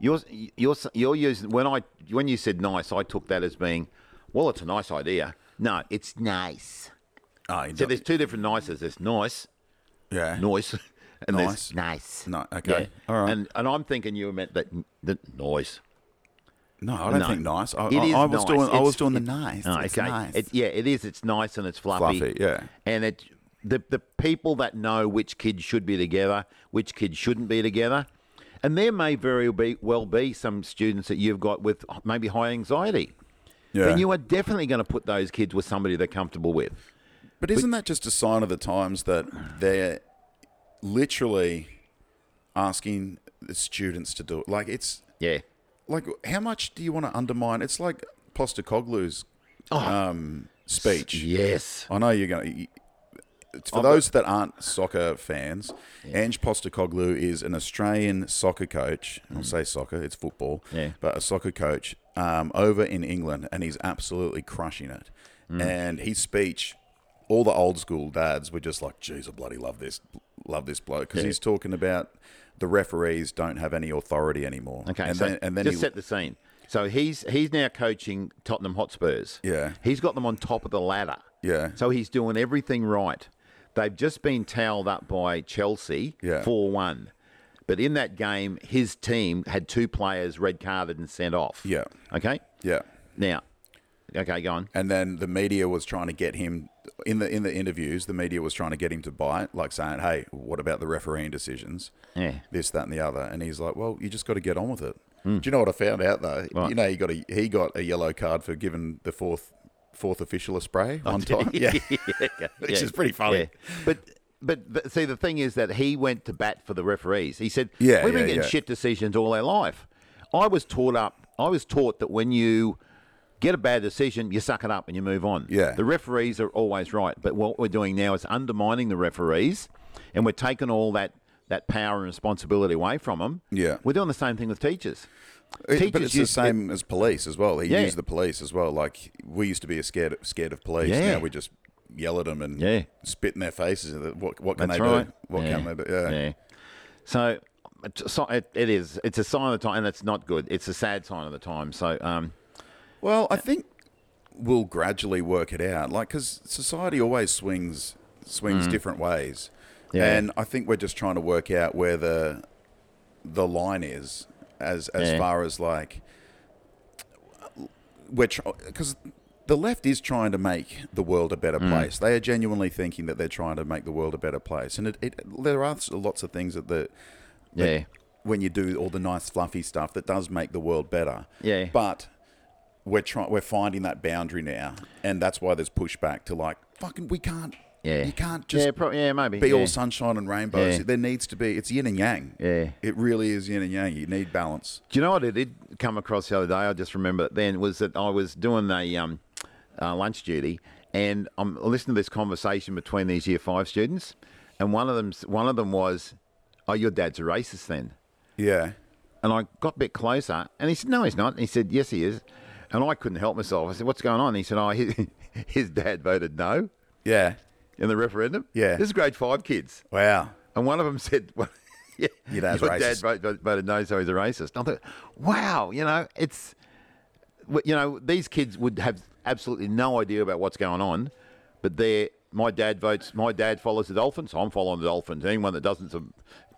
Speaker 2: You're you're you're using when I when you said nice, I took that as being, well, it's a nice idea. No, it's nice.
Speaker 1: Oh, you
Speaker 2: So
Speaker 1: don't-
Speaker 2: there's two different nices. There's nice,
Speaker 1: yeah.
Speaker 2: noise, <laughs> and
Speaker 1: Nice.
Speaker 2: there's nice.
Speaker 1: No, okay. All right.
Speaker 2: And and I'm thinking you meant that that noise.
Speaker 1: No, I don't
Speaker 2: No.
Speaker 1: think nice. I,
Speaker 2: It
Speaker 1: I,
Speaker 2: is
Speaker 1: I was
Speaker 2: nice.
Speaker 1: doing. I
Speaker 2: It's-
Speaker 1: was doing the
Speaker 2: it-
Speaker 1: nice.
Speaker 2: Oh,
Speaker 1: It's
Speaker 2: okay.
Speaker 1: nice.
Speaker 2: It- yeah, it is. It's nice and it's fluffy.
Speaker 1: Fluffy, yeah.
Speaker 2: And it the the people that know which kids should be together, which kids shouldn't be together, and there may very be, well be some students that you've got with maybe high anxiety.
Speaker 1: Yeah.
Speaker 2: Then you are definitely going to put those kids with somebody they're comfortable with.
Speaker 1: But isn't that just a sign of the times that they're literally asking the students to do it? Like it's
Speaker 2: Yeah.
Speaker 1: like how much do you want to undermine? It's like Postacoglu's um, speech.
Speaker 2: Yes.
Speaker 1: I know you're going to. For those that aren't soccer fans, Ange Postacoglu is an Australian soccer coach. I'll say soccer, it's football,
Speaker 2: Mm. Yeah.
Speaker 1: but a soccer coach um, over in England, and he's absolutely crushing it.
Speaker 2: Mm.
Speaker 1: And his speech, all the old school dads were just like, "Geez, I bloody love this, love this bloke," because he's talking about the referees don't have any authority anymore.
Speaker 2: Okay,
Speaker 1: and
Speaker 2: so
Speaker 1: then, and then
Speaker 2: just
Speaker 1: he,
Speaker 2: set the scene. So he's he's now coaching Tottenham Hotspurs.
Speaker 1: Yeah.
Speaker 2: he's got them on top of the ladder.
Speaker 1: Yeah.
Speaker 2: so he's doing everything right. They've just been towelled up by Chelsea,
Speaker 1: Yeah.
Speaker 2: four one. But in that game, his team had two players red carded and sent off.
Speaker 1: Yeah.
Speaker 2: Okay.
Speaker 1: yeah.
Speaker 2: Now, okay, go on. <laughs>
Speaker 1: and then the media was trying to get him in the in the interviews. The media was trying to get him to buy it, like saying, "Hey, what about the refereeing decisions?
Speaker 2: Yeah.
Speaker 1: This, that, and the other." And he's like, "Well, you just got to get on with it."
Speaker 2: Hmm.
Speaker 1: Do you know what I found out though? You know, he got a he got a yellow card for giving the fourth fourth official a spray one
Speaker 2: <laughs>
Speaker 1: time. Yeah, <laughs> which is pretty funny.
Speaker 2: Yeah. But but th- see, the thing is that he went to bat for the referees. He said,
Speaker 1: Yeah,
Speaker 2: we've been
Speaker 1: yeah,
Speaker 2: getting
Speaker 1: yeah.
Speaker 2: shit decisions all our life." I was taught up. I was taught that when you get a bad decision, you suck it up and you move on.
Speaker 1: Yeah.
Speaker 2: the referees are always right. But what we're doing now is undermining the referees, and we're taking all that. That power and responsibility away from them.
Speaker 1: Yeah.
Speaker 2: we're doing the same thing with teachers.
Speaker 1: It- but it's the
Speaker 2: use-
Speaker 1: same as police as well. He
Speaker 2: Yeah.
Speaker 1: used the police as well. Like we used to be scared scared of police.
Speaker 2: Yeah.
Speaker 1: Now we just yell at them and
Speaker 2: Yeah.
Speaker 1: spit in their faces. What what can
Speaker 2: That's
Speaker 1: they
Speaker 2: right.
Speaker 1: do? What
Speaker 2: Yeah.
Speaker 1: can they do?
Speaker 2: Yeah. So, it's- so it, it is. It's a sign of the time, and it's not good. It's a sad sign of the time. So, um,
Speaker 1: Well, I think we'll gradually work it out. Like, because society always swings swings different ways,
Speaker 2: Mm. Yeah.
Speaker 1: and I think we're just trying to work out where the the line is as as
Speaker 2: Yeah.
Speaker 1: far as like we're because. the left is trying to make the world a
Speaker 2: Mm.
Speaker 1: better place. They are genuinely thinking that they're trying to make the world a better place, and it, it, there are lots of things that the
Speaker 2: Yeah.
Speaker 1: when you do all the nice fluffy stuff that does make the world better.
Speaker 2: Yeah.
Speaker 1: But we're trying we're finding that boundary now, and that's why there's pushback to like fucking we can't.
Speaker 2: Yeah.
Speaker 1: You can't just
Speaker 2: yeah, pro- yeah, maybe.
Speaker 1: be
Speaker 2: yeah.
Speaker 1: all sunshine and rainbows.
Speaker 2: Yeah.
Speaker 1: There needs to be it's yin and yang.
Speaker 2: Yeah.
Speaker 1: It really is yin and yang. You need balance.
Speaker 2: Do you know what I did come across the other day? I just remember it then was that I was doing the um, uh, lunch duty, and I'm listening to this conversation between these year five students, and one of them one of them was, "Oh, your dad's a racist then,"
Speaker 1: Yeah.
Speaker 2: and I got a bit closer, and he said, "No, he's not." And he said, "Yes, he is," and I couldn't help myself. I said, "What's going on?" And he said, "Oh, <laughs> his, his dad voted no
Speaker 1: Yeah.
Speaker 2: in the referendum."
Speaker 1: Yeah.
Speaker 2: this is grade five kids.
Speaker 1: Wow.
Speaker 2: And one of them said, <laughs> well, yeah,
Speaker 1: Your dad's
Speaker 2: dad
Speaker 1: racist."
Speaker 2: vote- vote- voted no, so he's a racist. And I thought, wow, you know, it's, w- you know, these kids would have absolutely no idea about what's going on, but they're, my dad votes, my dad follows the Dolphins, so I'm following the Dolphins. Anyone that doesn't, a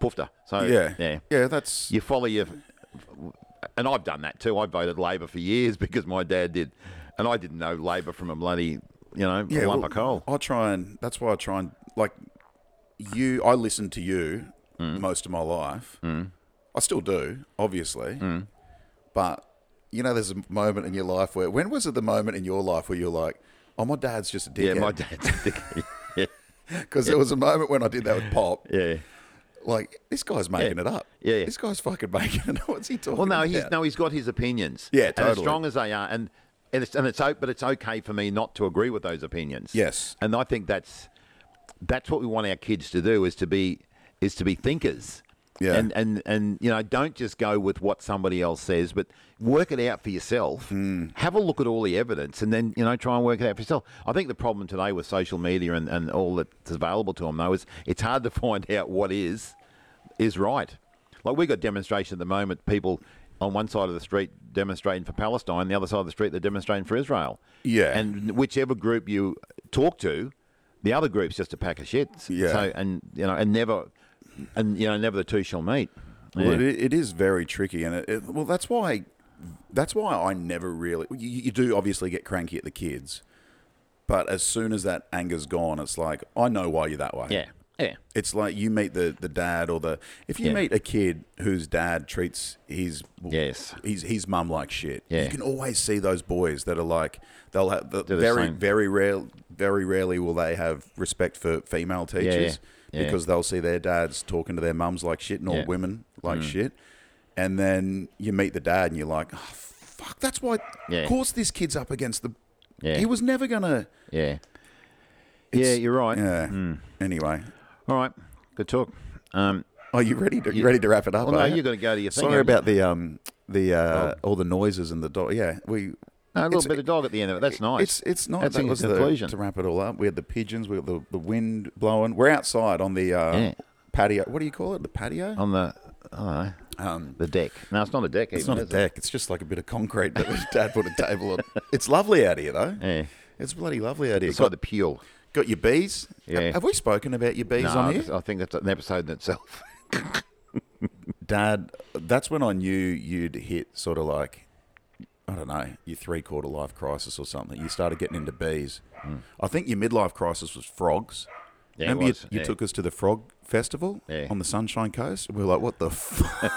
Speaker 2: poofter. So,
Speaker 1: Yeah.
Speaker 2: yeah.
Speaker 1: Yeah. That's
Speaker 2: You follow your, and I've done that too. I voted Labor for years <laughs> because my dad did. And I didn't know Labor from a bloody, you know,
Speaker 1: yeah,
Speaker 2: lump
Speaker 1: well,
Speaker 2: of coal.
Speaker 1: I try and that's why I try and like you. I listen to you
Speaker 2: Mm.
Speaker 1: most of my life. I still do, obviously,
Speaker 2: Mm.
Speaker 1: but you know, there's a moment in your life where when was it the moment in your life where you're like, "Oh, my dad's just a
Speaker 2: Yeah,
Speaker 1: dickhead." <laughs>
Speaker 2: my dad's a dickhead. yeah.
Speaker 1: Because there was a moment when I did that with Pop.
Speaker 2: <laughs> Yeah.
Speaker 1: Like this guy's making
Speaker 2: Yeah.
Speaker 1: it up.
Speaker 2: Yeah, yeah.
Speaker 1: this guy's fucking making it up. <laughs> What's he talking?
Speaker 2: Well, no,
Speaker 1: about?
Speaker 2: he's no, he's got his opinions.
Speaker 1: Yeah,
Speaker 2: And as
Speaker 1: totally.
Speaker 2: strong as they are, and and it's and it's o- but it's okay for me not to agree with those opinions.
Speaker 1: Yes.
Speaker 2: and I think that's that's what we want our kids to do is to be is to be thinkers.
Speaker 1: Yeah.
Speaker 2: and and and you know, don't just go with what somebody else says, but work it out for yourself.
Speaker 1: Hmm.
Speaker 2: Have a look at all the evidence, and then you know, try and work it out for yourself. I think the problem today with social media and and all that's available to them though is it's hard to <laughs> find out what is is right. Like we've got demonstration at the moment, people on one side of the street demonstrating for Palestine, the other side of the street they're demonstrating for Israel.
Speaker 1: Yeah.
Speaker 2: And whichever group you talk to, the other group's just a pack of shit.
Speaker 1: Yeah.
Speaker 2: So and you know, and never and you know, never the two shall meet.
Speaker 1: Well, it, it is very tricky, and it, it, well, that's why that's why I never really. You, you do obviously get cranky at the kids, but as soon as that anger's gone, it's like I know why you're that way.
Speaker 2: Yeah. Yeah.
Speaker 1: It's like you meet the, the dad or the if you
Speaker 2: Yeah.
Speaker 1: meet a kid whose dad treats his
Speaker 2: Yes.
Speaker 1: his his mum like shit.
Speaker 2: Yeah.
Speaker 1: You can always see those boys that are like they'll have the,
Speaker 2: Do the
Speaker 1: very
Speaker 2: same.
Speaker 1: very rare very rarely will they have respect for female
Speaker 2: yeah.
Speaker 1: teachers
Speaker 2: Yeah.
Speaker 1: because they'll see their dads talking to their mums like shit and all
Speaker 2: Yeah. Mm.
Speaker 1: women like shit. And then you meet the dad and you're like, oh, fuck, that's why
Speaker 2: Yeah.
Speaker 1: of course this kid's up against the
Speaker 2: Yeah.
Speaker 1: he was never gonna
Speaker 2: Yeah. yeah,
Speaker 1: It's-
Speaker 2: you're right.
Speaker 1: Yeah.
Speaker 2: Mm.
Speaker 1: Anyway.
Speaker 2: All right. Good talk. Um,
Speaker 1: Are you ready to you ready to wrap it up?
Speaker 2: well, no,
Speaker 1: are you?
Speaker 2: you're going to go to your thing.
Speaker 1: Sorry
Speaker 2: haven't you?
Speaker 1: about the um the uh all the noises and the dog. Yeah, we.
Speaker 2: no, a
Speaker 1: it's-
Speaker 2: little bit of dog at the end of it. That's nice.
Speaker 1: It's it's not.
Speaker 2: That's
Speaker 1: that
Speaker 2: in
Speaker 1: was the-
Speaker 2: conclusion.
Speaker 1: to wrap it all up. We had the pigeons. We got the, the wind blowing. We're outside on the uh,
Speaker 2: Yeah. Oh,
Speaker 1: patio. What do you call it? The patio.
Speaker 2: on the I don't know,
Speaker 1: Um,
Speaker 2: the deck. No, it's not a deck.
Speaker 1: it's not a deck. It's just like a bit of concrete that <laughs> Dad put a table on. It's lovely out here though.
Speaker 2: Yeah.
Speaker 1: It's bloody lovely out here.
Speaker 2: It's like
Speaker 1: Got,
Speaker 2: the peel.
Speaker 1: got your bees.
Speaker 2: Yeah.
Speaker 1: Have, have we spoken about your bees
Speaker 2: No,
Speaker 1: on here?
Speaker 2: I think that's an episode in itself.
Speaker 1: Dad, that's when I knew you'd hit sort of like, I don't know, your three quarter life crisis or something. You started getting into bees. I think your midlife crisis was frogs.
Speaker 2: Mm. Yeah, it
Speaker 1: Remember,
Speaker 2: was,
Speaker 1: you, you
Speaker 2: yeah.
Speaker 1: took us to the frog festival
Speaker 2: Yeah.
Speaker 1: on the Sunshine Coast? We were like, what the <laughs> fuck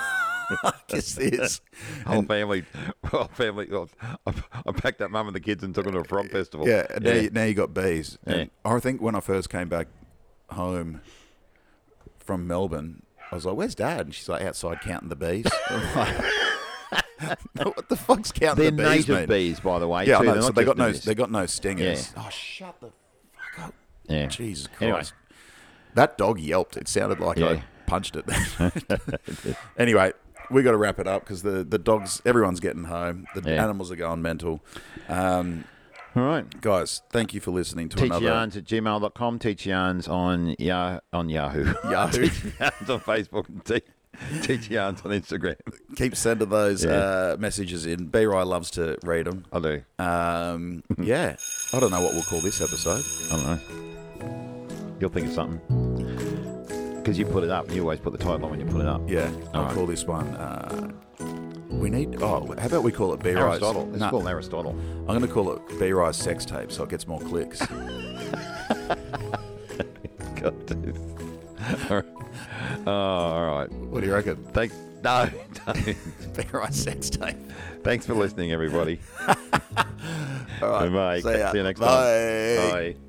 Speaker 1: is
Speaker 2: <laughs>
Speaker 1: this?
Speaker 2: <laughs> Whole family, whole family. well, I, I packed up mum and the kids and took them to a frog festival.
Speaker 1: Yeah, and now, You, now you got bees. And I think when I first came back home from Melbourne, I was like, "Where's Dad?" And she's like, "Outside counting the bees." <laughs> I'm like, <laughs> what the fuck's counting
Speaker 2: They're
Speaker 1: the bees?
Speaker 2: native
Speaker 1: mean?
Speaker 2: bees, by the way.
Speaker 1: Yeah, I
Speaker 2: too.
Speaker 1: know.
Speaker 2: They're
Speaker 1: so
Speaker 2: not
Speaker 1: they
Speaker 2: just
Speaker 1: got no
Speaker 2: in this.
Speaker 1: they got no stingers.
Speaker 2: Yeah.
Speaker 1: Oh, shut the fuck up!
Speaker 2: Yeah.
Speaker 1: Jesus Christ.
Speaker 2: Anyway.
Speaker 1: That dog yelped. It sounded like
Speaker 2: Yeah.
Speaker 1: I punched it.
Speaker 2: <laughs>
Speaker 1: <laughs> anyway, we got to wrap it up because the, the dogs, everyone's getting home. The
Speaker 2: Yeah.
Speaker 1: animals are going mental. Um,
Speaker 2: All right.
Speaker 1: guys, thank you for listening to
Speaker 2: Teach
Speaker 1: another
Speaker 2: yarns at gmail.com. Teach yarns on, ya- on Yahoo.
Speaker 1: Yahoo.
Speaker 2: <laughs> Teach yarns on Facebook. And te- teach yarns on Instagram.
Speaker 1: Keep sending those
Speaker 2: Yeah.
Speaker 1: uh, messages in. B Rye loves to read them.
Speaker 2: I do. <laughs>
Speaker 1: Um, yeah. I don't know what we'll call this episode.
Speaker 2: I don't know. You'll think of something. Because you put it up. You always put the title on when you put it up.
Speaker 1: Yeah. I'll
Speaker 2: Alright.
Speaker 1: call this one. Uh, we need. Oh, how about we call it B Rye's?
Speaker 2: Aristotle. Let's
Speaker 1: Nah,
Speaker 2: call it Aristotle.
Speaker 1: I'm going to call it B Rye's sex tape so it gets more clicks.
Speaker 2: <laughs> God, dude. <laughs> oh, all right.
Speaker 1: what do you reckon?
Speaker 2: Thanks. <laughs> No, don't.
Speaker 1: <laughs> B Rye's sex tape.
Speaker 2: Thanks for listening, everybody.
Speaker 1: All right.
Speaker 2: Bye. See you next time.
Speaker 1: Bye.
Speaker 2: Bye.